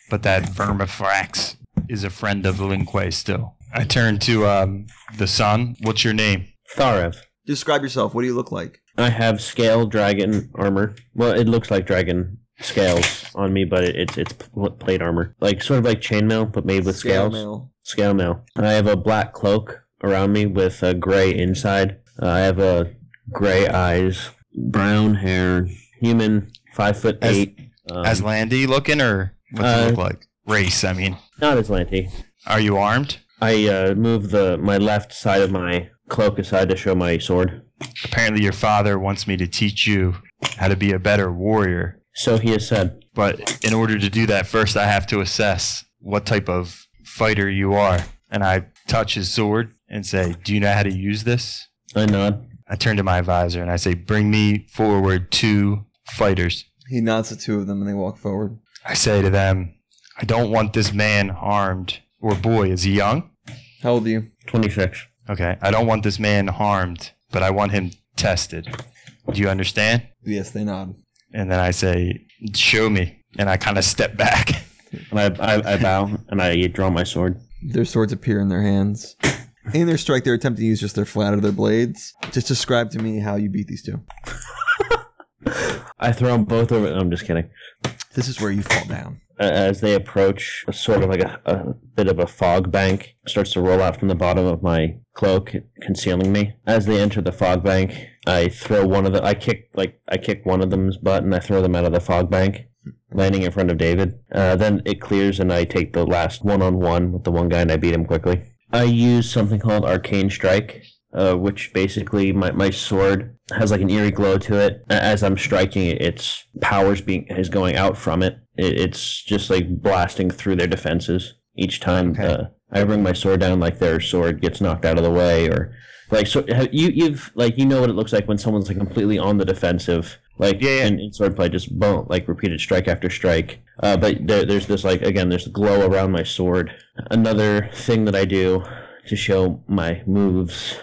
B: but that Vermifrax is a friend of Linque still. I turn to um, the son. What's your name?
C: Tharev.
A: Describe yourself. What do you look like?
C: I have scale dragon armor. Well, it looks like dragon scales on me, but it, it's it's pl- plate armor, like sort of like chainmail, but made with
A: Scale
C: scales.
A: mail.
C: Scale mail. And I have a black cloak around me with a gray inside. Uh, I have a gray eyes, brown hair, human, five foot
B: As-
C: eight. Um,
B: Aslandy looking, or what's
C: Uh,
B: it look like? Race, I mean.
C: not Aslanti.
B: Are you armed?
C: I uh, move the my left side of my cloak aside to show my sword.
B: Apparently, your father wants me to teach you how to be a better warrior.
C: So he has said.
B: But in order to do that, first I have to assess what type of fighter you are. And I touch his sword and say, Do you know how to use this?
C: I nod.
B: I turn to my advisor and I say, Bring me forward two fighters.
A: He nods to two of them and they walk forward.
B: I say to them, I don't want this man armed. Or boy, is he young?
A: How old are you?
C: Twenty six.
B: Okay, I don't want this man harmed, but I want him tested. Do you understand?
A: Yes, they nod.
B: And then I say, Show me. And I kind of step back.
C: And I, I I bow and I draw my sword.
A: Their swords appear in their hands. In their strike, they're attempting to use just their flat of their blades. Just describe to me how you beat these two.
C: I throw them both over. I'm just kidding.
A: This is where you fall down.
C: A- As they approach, sort of like a, a bit of a fog bank starts to roll out from the bottom of my cloak, concealing me. As they enter the fog bank, I throw one of the. I kick like I kick one of them's butt and I throw them out of the fog bank, landing in front of David. Uh, then it clears and I take the last one on one with the one guy and I beat him quickly. I use something called Arcane Strike, uh, which basically my, my sword has like an eerie glow to it. A- As I'm striking it, its powers being is going out from it. it it's just like blasting through their defenses each time. Uh, I bring my sword down, like their sword gets knocked out of the way, or like so ha- you you've like you know what it looks like when someone's like completely on the defensive. Like
B: Yeah, yeah.
C: in, in swordplay, just boom, like repeated strike after strike. Uh, but there, there's this like again, there's glow around my sword. Another thing that I do to show my moves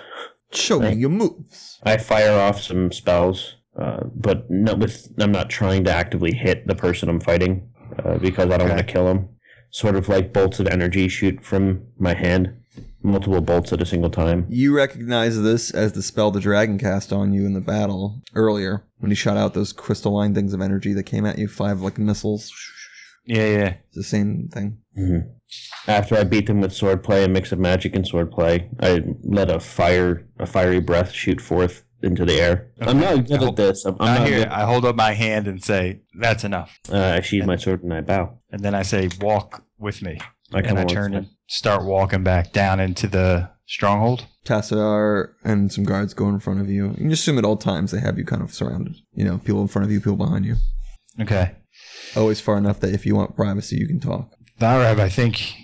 A: Show me
C: Right.
A: your moves.
C: I fire off some spells, uh, but not with. I'm not trying to actively hit the person I'm fighting uh, because I don't want to kill him. Sort of like bolts of energy shoot from my hand, multiple bolts at a single time.
A: You recognize this as the spell the dragon cast on you in the battle earlier when he shot out those crystalline things of energy that came at you, five like missiles.
B: yeah, yeah.
A: It's the same thing.
C: Mm-hmm. After I beat them with swordplay, a mix of magic and swordplay, I let a fire, a fiery breath shoot forth into the air. I'm not good at this. I'm, I'm
B: I
C: not.
B: hear.
C: Good.
B: I hold up my hand and say, "That's enough."
C: Uh, I sheathe my sword and I bow.
B: And then I say, "Walk with me."
C: I come
B: and I
C: over
B: turn
C: to-
B: and start walking back down into the stronghold.
A: Tassadar and some guards go in front of you. You can assume at all times they have you kind of surrounded. You know, people in front of you, people behind you.
B: Okay.
A: Always far enough that if you want privacy, you can talk.
B: Tharab, I think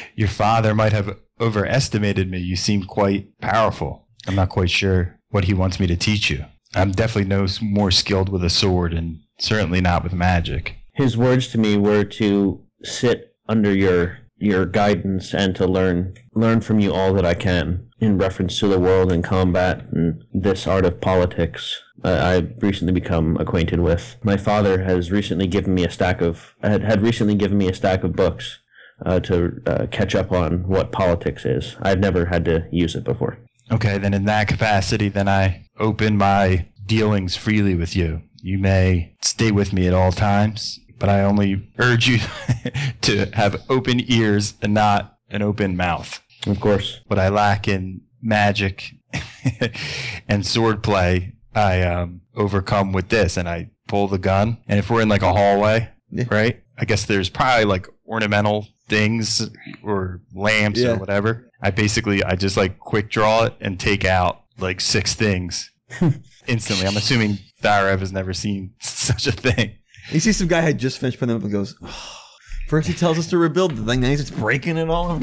B: your father might have overestimated me. You seem quite powerful. I'm not quite sure what he wants me to teach you. I'm definitely no s- more skilled with a sword and certainly not with magic.
C: his words to me were to sit under your your guidance and to learn learn from you all that I can in reference to the world and combat and this art of politics I, I've recently become acquainted with. My father has recently given me a stack of had, had recently given me a stack of books uh, to uh, catch up on what politics is. I've never had to use it before.
B: Okay, then in that capacity, then I open my dealings freely with you. You may stay with me at all times, but I only urge you to have open ears and not an open mouth.
C: Of course,
B: What I lack in magic and swordplay, I um, overcome with this, and I pull the gun. And if we're in like a hallway,
A: Yeah.
B: right? I guess there's probably like ornamental things or lamps
A: Yeah.
B: or whatever. I basically I just like quick draw it and take out like six things instantly. I'm assuming Tharev has never seen such a thing.
A: You see some guy had just finished putting them up and goes, First he tells us to rebuild the thing, now he's just breaking it all.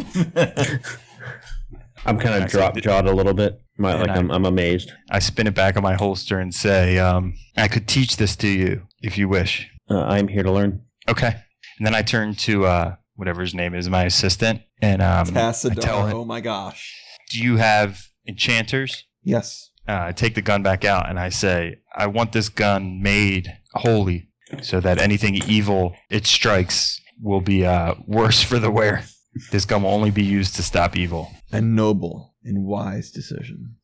C: I'm kind of
B: Actually,
C: drop
B: did-
C: jawed a little bit. My,
B: And
C: like
B: I-
C: I'm, I'm amazed.
B: I spin it back on my holster and say, um, I could teach this to you if you wish.
C: Uh, I'm here to learn.
B: Okay. And then I turn to uh, whatever his name is, my assistant, and um, I tell
A: Tassadar,
B: him,
A: oh my gosh.
B: Do you have enchanters?
A: Yes.
B: Uh, I take the gun back out and I say, I want this gun made holy so that anything evil it strikes will be uh, worse for the wearer. This gun will only be used to stop evil.
A: A noble and wise decision.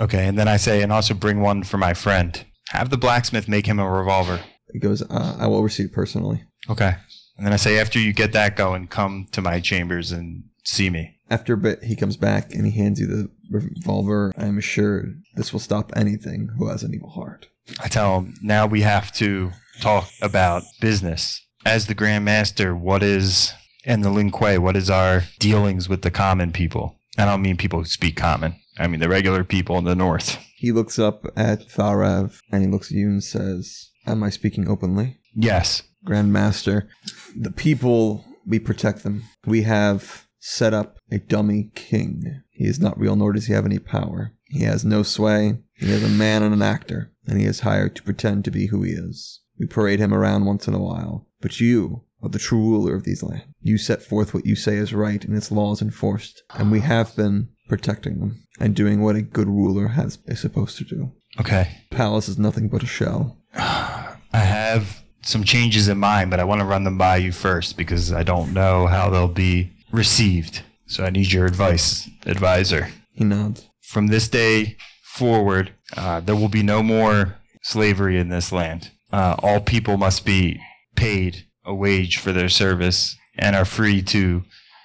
B: Okay, and then I say, and also bring one for my friend. Have the blacksmith make him a revolver.
A: He goes, uh, I will receive personally.
B: Okay. And then I say, after you get that going, come to my chambers and see me.
A: After a bit, he comes back and he hands you the revolver. I am assured this will stop anything who has an evil heart.
B: I tell him, now we have to talk about business. As the Grand Master, what is, and the Lin Kuei, what is our dealings with the common people? I don't mean people who speak common. I mean the regular people in the north.
A: He looks up at Tharev and he looks at you and says, Am I speaking openly?
B: Yes.
A: Grand Master, the people, we protect them. We have set up a dummy king. He is not real, nor does he have any power. He has no sway. He is a man and an actor, and he is hired to pretend to be who he is. We parade him around once in a while. But you are the true ruler of these lands. You set forth what you say is right, and its laws enforced. And we have been protecting them and doing what a good ruler has is supposed to do.
B: Okay.
A: Palace is nothing but a shell.
B: I have some changes in mind, but I want to run them by you first because I don't know how they'll be received. So I need your advice, advisor.
A: He nods.
B: From this day forward, uh, there will be no more slavery in this land. Uh, all people must be paid a wage for their service and are free to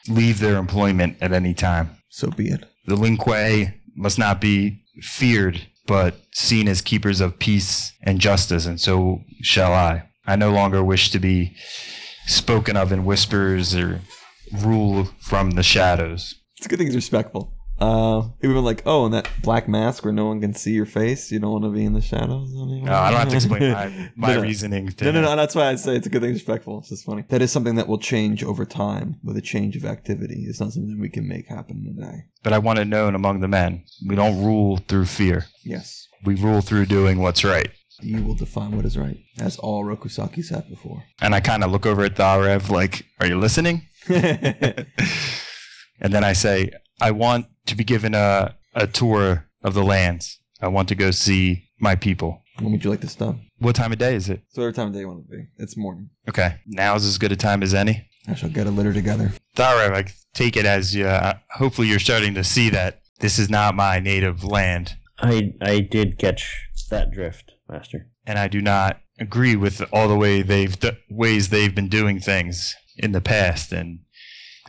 B: leave their employment at any time.
A: So be it.
B: The Lin Kuei must not be feared, but seen as keepers of peace and justice, and so shall I. I no longer wish to be spoken of in whispers or rule from the shadows.
A: It's a good thing he's respectful. Uh, he would have been like, oh, and that black mask where no one can see your face. You don't want to be in the shadows. anymore."
B: No, Uh, I don't have to explain my, my
A: No, no.
B: reasoning. To
A: No, no, no. That's why I say it's a good thing he's respectful. It's just funny. That is something that will change over time with a change of activity. It's not something we can make happen today.
B: But I want it known among the men. We don't rule through fear.
A: Yes.
B: We rule through doing what's right.
A: You will define what is right, as all Rokusaki's have before.
B: And I kind of look over at Tharev like, are you listening? and then I say, I want to be given a, a tour of the lands. I want to go see my people.
A: when would you like this done?
B: What time of day is it?
A: So every time of day you want it to be. It's morning.
B: Okay. Now's as good a time as any.
A: I shall get a litter together.
B: Tharev, I take it as uh, hopefully you're starting to see that this is not my native land.
C: I I did catch that drift, Master.
B: and I do not agree with all the way they've d- ways they've been doing things in the past. And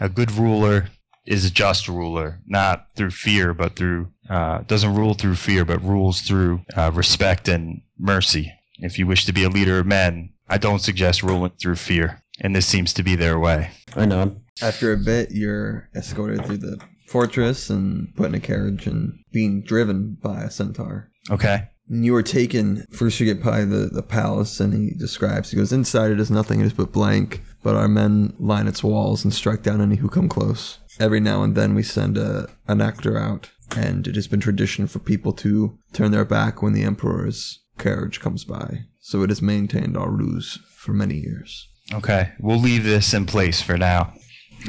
B: a good ruler is a just ruler, not through fear, but through uh, doesn't rule through fear, but rules through uh, respect and mercy. If you wish to be a leader of men, I don't suggest ruling through fear, and this seems to be their way.
C: I nod.
A: After a bit, you're escorted through the fortress and put in a carriage and being driven by a centaur.
B: Okay.
A: And you are taken, first you get by the, the palace, and he describes, he goes, Inside it is nothing, it is but blank, but our men line its walls and strike down any who come close. Every now and then we send a, an actor out, and it has been tradition for people to turn their back when the emperor's carriage comes by. So it has maintained our ruse for many years.
B: Okay. We'll leave this in place for now.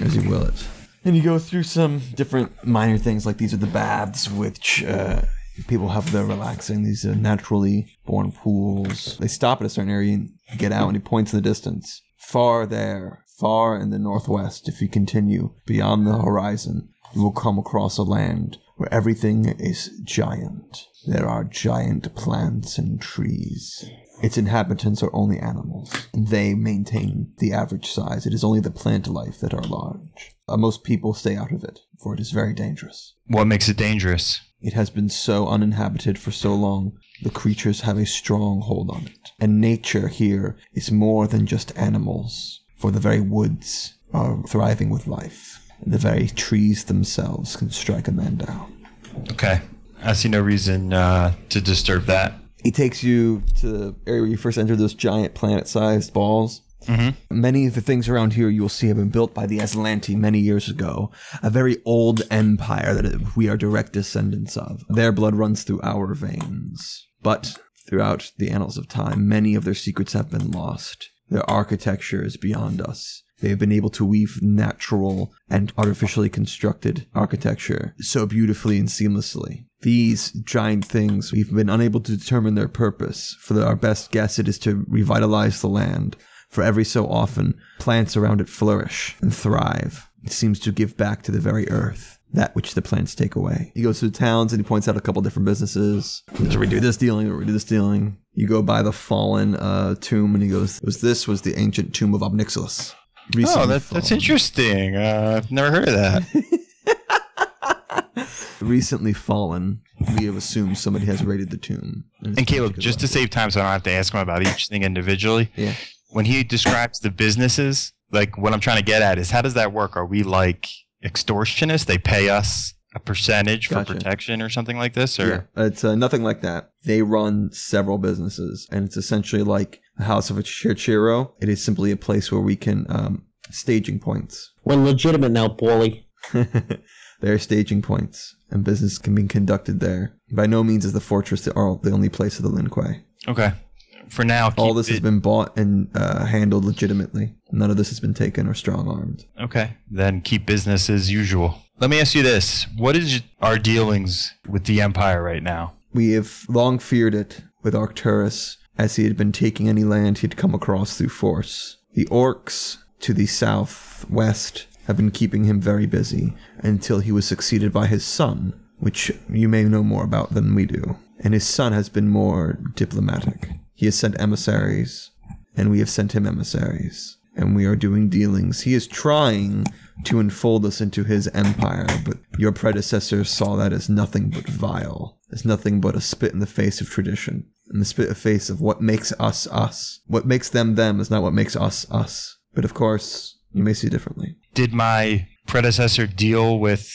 A: as you will it. And you go through some different minor things, like these are the baths, which uh, people have their relaxing. These are naturally born pools. They stop at a certain area and get out, and he points in the distance. Far there, far in the northwest, if you continue beyond the horizon, you will come across a land where everything is giant. There are giant plants and trees. Its inhabitants are only animals. They maintain the average size. It is only the plant life that are large. Uh, most people stay out of it, for it is very dangerous.
B: What makes it dangerous?
A: It has been so uninhabited for so long, the creatures have a strong hold on it. And nature here is more than just animals, for the very woods are thriving with life, and the very trees themselves can strike a man down.
B: Okay. I see no reason uh, to disturb that.
F: He takes you to the area where you first entered those giant planet sized balls.
A: Many of the things around here you will see have been built by the Aslanti many years ago, a very old empire that we are direct descendants of. Their blood runs through our veins. But throughout the annals of time, many of their secrets have been lost. Their architecture is beyond us. They've been able to weave natural and artificially constructed architecture so beautifully and seamlessly. These giant things, we've been unable to determine their purpose. For our best guess, it is to revitalize the land for every so often plants around it flourish and thrive. It seems to give back to the very earth that which the plants take away. He goes to the towns and he points out a couple different businesses. There's a redo this dealing, a redo this dealing. You go by the fallen uh, tomb and he goes, was this was the ancient tomb of Obnixilus.
B: Oh,
A: Recently
B: that, that's
A: fallen.
B: interesting. Uh, I've never heard of that.
A: Recently fallen, we have assumed somebody has raided the tomb.
B: And Caleb, just to save time, so I don't have to ask him about each thing individually.
A: Yeah.
B: When he describes the businesses, like what I'm trying to get at is, how does that work? Are we like extortionists? They pay us a percentage
A: Gotcha.
B: for protection or something like this, or
A: Yeah, it's uh, nothing like that. They run several businesses, and it's essentially like the House of a Chirchiro. It is simply a place where we can um, staging points.
C: We're legitimate now, Paulie.
A: there are staging points, and business can be conducted there. By no means is the fortress the, or the only place of the Lin Kuei.
B: okay. For now,
A: All
B: keep
A: this has
B: it-
A: been bought and uh, handled legitimately. None of this has been taken or strong armed.
B: Okay. Then keep business as usual. Let me ask you this. What is our dealings with the Empire right now?
A: We have long feared it with Arcturus, as he had been taking any land he'd come across through force. The orcs to the southwest have been keeping him very busy until he was succeeded by his son, which you may know more about than we do. And his son has been more diplomatic. He has sent emissaries, and we have sent him emissaries, and we are doing dealings. He is trying to enfold us into his empire, but your predecessor saw that as nothing but vile, as nothing but a spit in the face of tradition, and the spit in the face of what makes us us. What makes them them is not what makes us us. But of course, you may see differently.
B: Did my predecessor deal with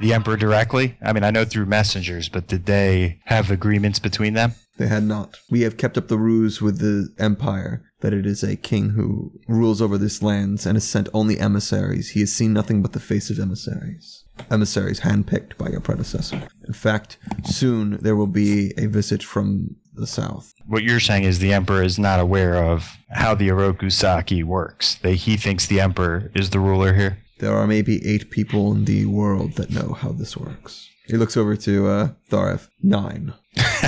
B: the Emperor directly? I mean, I know through messengers, but did they have agreements between them?
A: They had not. We have kept up the ruse with the Empire that it is a king who rules over these lands and has sent only emissaries. He has seen nothing but the face of emissaries. Emissaries handpicked by your predecessor. In fact, soon there will be a visit from the south.
B: What you're saying is the Emperor is not aware of how the Oroku Saki works. They, he thinks the Emperor is the ruler here.
A: There are maybe eight people in the world that know how this works. He looks over to uh, Tharif. Nine.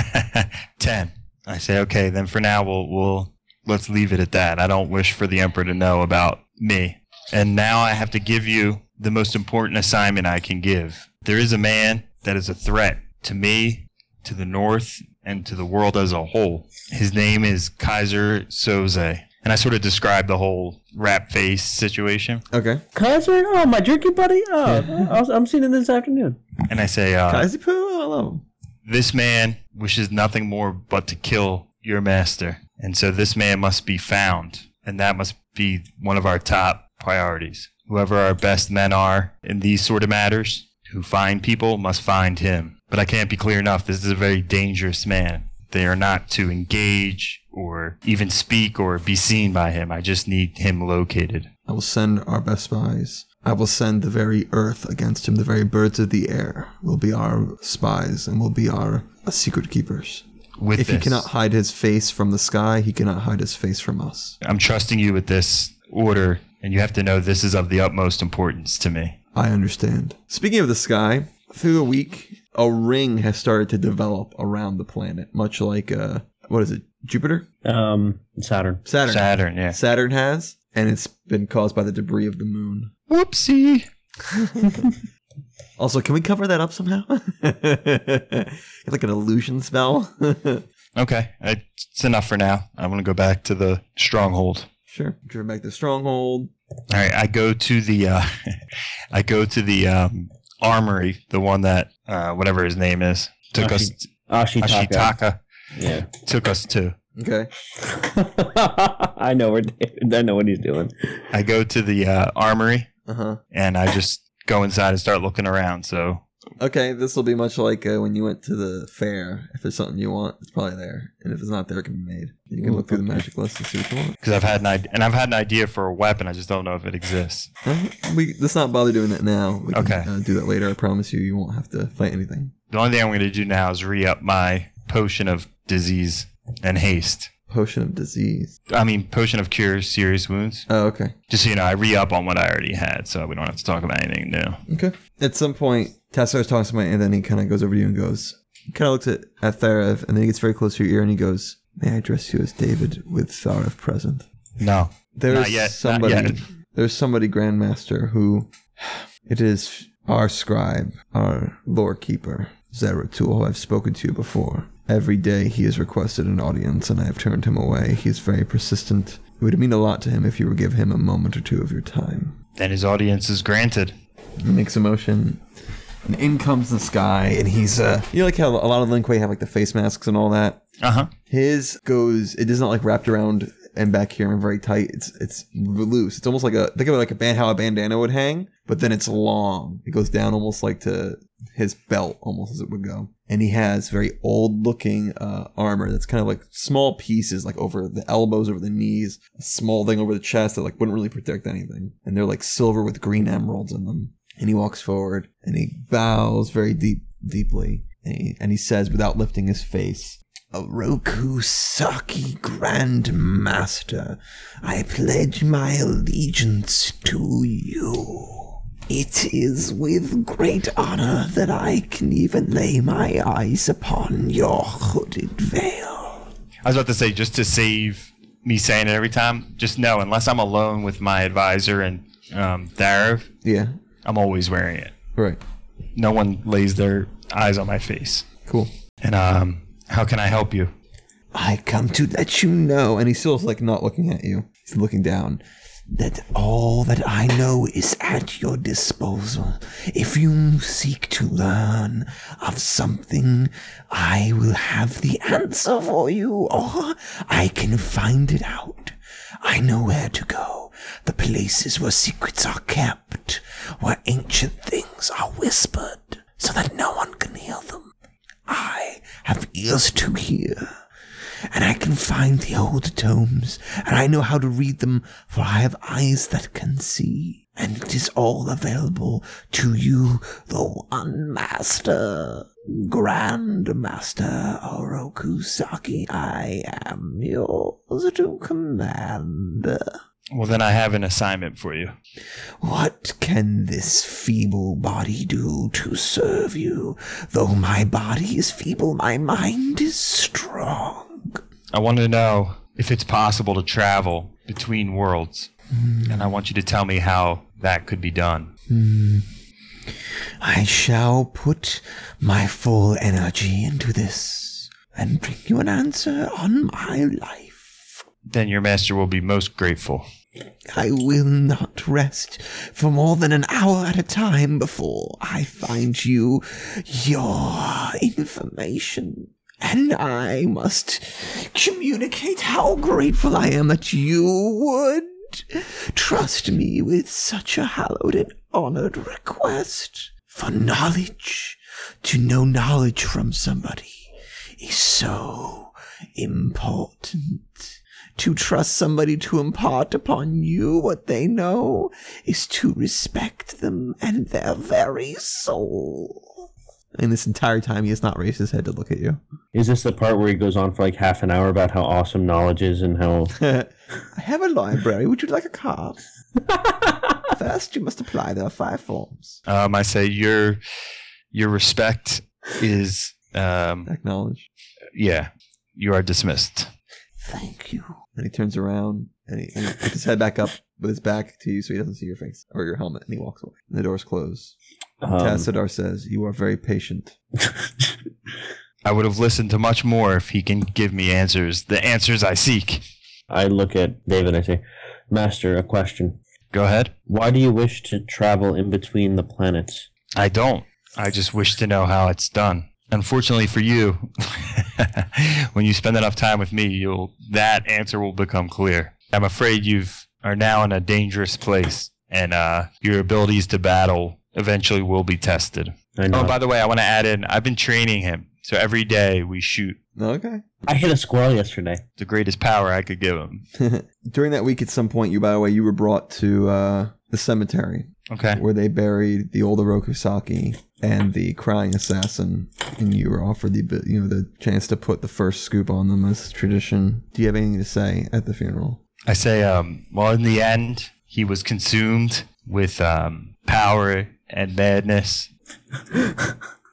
B: Ten. I say, okay, then for now we'll we'll let's leave it at that. I don't wish for the Emperor to know about me. And now I have to give you the most important assignment I can give. There is a man that is a threat to me, to the North, and to the world as a whole. His name is Kaiser Soze. And I sort of describe the whole rap face situation.
A: Okay.
C: Kaiser? Oh, my jerky buddy? Oh, I was- I'm seeing him this afternoon.
B: And I say, uh,
A: Kazipu? I love him.
B: This man wishes nothing more but to kill your master. And so this man must be found. And that must be one of our top priorities. Whoever our best men are in these sort of matters, who find people, must find him. But I can't be clear enough. This is a very dangerous man. They are not to engage or even speak or be seen by him. I just need him located.
A: I will send our best spies. I will send the very earth against him. The very birds of the air will be our spies and will be our uh, secret keepers.
B: With
A: If he
B: this.
A: cannot hide his face from the sky, he cannot hide his face from us.
B: I'm trusting you with this order, and you have to know this is of the utmost importance to me.
A: I understand. Speaking of the sky, through the week, a ring has started to develop around the planet, much like uh, what is it, Jupiter,
C: Um, Saturn.
A: Saturn,
B: Saturn, yeah.
A: Saturn has, and it's been caused by the debris of the moon.
B: Whoopsie.
A: Also, can we cover that up somehow? like an illusion spell?
B: Okay, I- it's enough for now. I want to go back to the stronghold.
A: Sure. Driven back to stronghold.
B: All right, I go to the, uh, I go to the um, armory, the one that uh, whatever his name is took us.
C: Ashitaka.
B: Ashitaka
C: Yeah.
B: took us to.
A: Okay.
C: I know where I know what he's doing.
B: I go to the uh, armory
A: Uh huh.
B: and I just go inside and start looking around. So
A: Okay, this will be much like uh, when you went to the fair. If there's something you want, it's probably there, and if it's not there, it can be made. You can look through the magic list and see what you want.
B: Because I've had an idea, and I've had an idea for a weapon. I just don't know if it exists.
A: Uh, we let's not bother doing that now. We can,
B: Okay.
A: uh, do that later. I promise you, you won't have to fight anything.
B: The only thing I'm going to do now is re up my potion of disease and haste.
A: Potion of disease.
B: I mean, potion of cure serious wounds.
A: Oh, okay.
B: Just so you know, I re up on what I already had, so we don't have to talk about anything new.
A: Okay. At some point, Tassar's talking to somebody, and then he kind of goes over to you and goes, kind of looks at, at Tharev, and then he gets very close to your ear and he goes, May I dress you as David with Tharev present?
B: No.
A: There's
B: Not yet, not
A: somebody,
B: yet.
A: there's somebody, Grandmaster, who it is our scribe, our lore keeper, Zeratul, who I've spoken to before. Every day he has requested an audience, and I have turned him away. He is very persistent. It would mean a lot to him if you would give him a moment or two of your time.
B: Then his audience is granted.
A: He makes a motion. And in comes the sky, and he's uh, you know, like how a lot of Lin Kuei have like the face masks and all that.
B: Uh huh.
A: His goes, it is not like wrapped around and back here and very tight. It's it's loose. It's almost like a think of it like a band how a bandana would hang, but then it's long. It goes down almost like to his belt, almost as it would go. And he has very old looking uh, armor that's kind of like small pieces, like over the elbows, over the knees, a small thing over the chest that like wouldn't really protect anything. And they're like silver with green emeralds in them. And he walks forward and he bows very deep, deeply. And he, and he says, without lifting his face, Oroku Saki Grand Master, I pledge my allegiance to you. It is with great honor that I can even lay my eyes upon your hooded veil.
B: I was about to say, just to save me saying it every time, just no, unless I'm alone with my advisor and um, Tharev,
A: Yeah,
B: I'm always wearing it.
A: right.
B: No one lays their eyes on my face.
A: Cool.
B: And um, how can I help you?
A: I come to let you know, and he still's like not looking at you. He's looking down. That all that I know is at your disposal. If you seek to learn of something, I will have the answer for you, or I can find it out. I know where to go. The places where secrets are kept, where ancient things are whispered, so that no one can hear them. I have ears to hear and I can find the old tomes, and I know how to read them, for I have eyes that can see. And it is all available to you, the one master, Grand Master Oroku Saki. I am yours to command.
B: Well, then I have an assignment for you.
A: What can this feeble body do to serve you? Though my body is feeble, my mind is strong.
B: I want to know if it's possible to travel between worlds. And I want you to tell me how that could be done.
A: I shall put my full energy into this and bring you an answer on my life.
B: Then your master will be most grateful.
A: I will not rest for more than an hour at a time before I find you your information. And I must communicate how grateful I am that you would trust me with such a hallowed and honored request. For knowledge, to know knowledge from somebody is so important. To trust somebody to impart upon you what they know is to respect them and their very soul. And this entire time, he has not raised his head to look at you.
C: Is this the part where he goes on for like half an hour about how awesome knowledge is and how
A: I have a library. Would you like a card? First, you must apply. There are five forms.
B: Um, I say your your respect is um,
A: Acknowledge.
B: yeah. You are dismissed.
A: Thank you. And he turns around and he, and he puts his head back up with his back to you so he doesn't see your face or your helmet and he walks away. And the doors close.
C: um,
A: Tassadar says, You are very patient.
B: I would have listened to much more if he can give me answers, the answers I seek.
C: I look at David and I say, Master, a question.
B: Go ahead.
C: Why do you wish to travel in between the planets?
B: I don't. I just wish to know how it's done. Unfortunately for you, when you spend enough time with me, you'll that answer will become clear. I'm afraid you've are now in a dangerous place, and uh, your abilities to battle eventually will be tested.
C: I know.
B: Oh, by the way, I want to add in. I've been training him, so every day we shoot
A: Okay.
C: I hit a squirrel yesterday.
B: the greatest power I could give him.
A: During that week, at some point, you, by the way, you were brought to uh, the cemetery
B: Okay.
A: where they buried the old Orokosaki and the crying assassin, and you were offered the abi- you know the chance to put the first scoop on them as tradition. Do you have anything to say at the funeral?
B: I say, um, well, in the end, he was consumed with um, power and madness.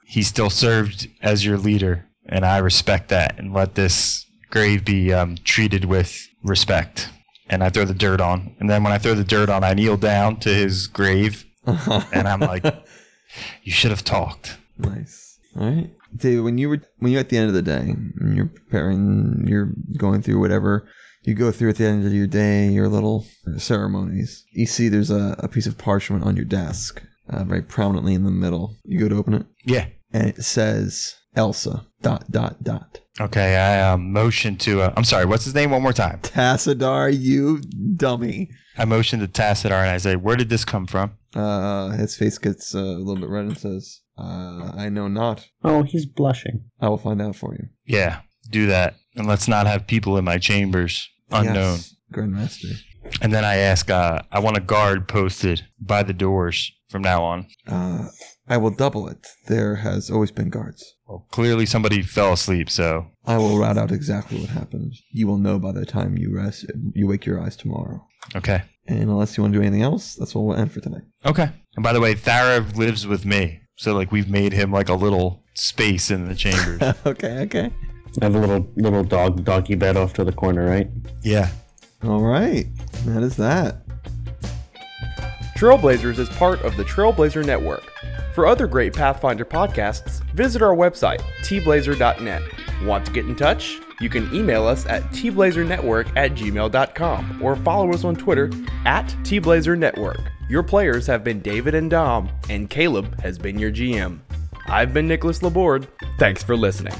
B: he still served as your leader, and I respect that. And let this grave be um, treated with respect. And I throw the dirt on. And then when I throw the dirt on, I kneel down to his grave, and I'm like, "You should have talked."
A: Nice. All right, David. When you were when you're at the end of the day, and you're preparing, you're going through whatever you go through at the end of your day, your little ceremonies. You see, there's a, a piece of parchment on your desk, uh, very prominently in the middle. You go to open it,
B: Yeah.
A: and it says Elsa. Dot dot dot.
B: Okay. I um, motion to. Uh, I'm sorry. What's his name? One more time.
A: Tassadar, you dummy.
B: I motion to Tassadar, and I say, "Where did this come from?"
A: Uh, his face gets uh, a little bit red and says, uh, "I know not.
C: Oh, he's blushing.
A: I will find out for you."
B: Yeah, do that. And let's not have people in my chambers unknown.
A: Yes, Grandmaster.
B: And then I ask, uh, I want a guard posted by the doors from now on.
A: Uh, I will double it. There has always been guards.
B: Well, clearly somebody fell asleep, so
A: I will route out exactly what happened. You will know by the time you rest, you wake your eyes tomorrow.
B: okay.
A: And unless you want to do anything else, that's what we'll end for tonight.
B: Okay. And by the way, Tharav lives with me. So like we've made him like a little space in the chambers.
A: okay, okay.
C: I have a little little dog doggy bed off to the corner, right?
B: yeah.
A: All right. That is that.
G: Trailblazers is part of the Trailblazer Network. For other great Pathfinder podcasts, visit our website, tblazer.net. Want to get in touch? You can email us at tblazernetwork at gmail.com or follow us on Twitter at tblazernetwork. Your players have been David and Dom, and Caleb has been your GM. I've been Nicholas Laborde. Thanks for listening.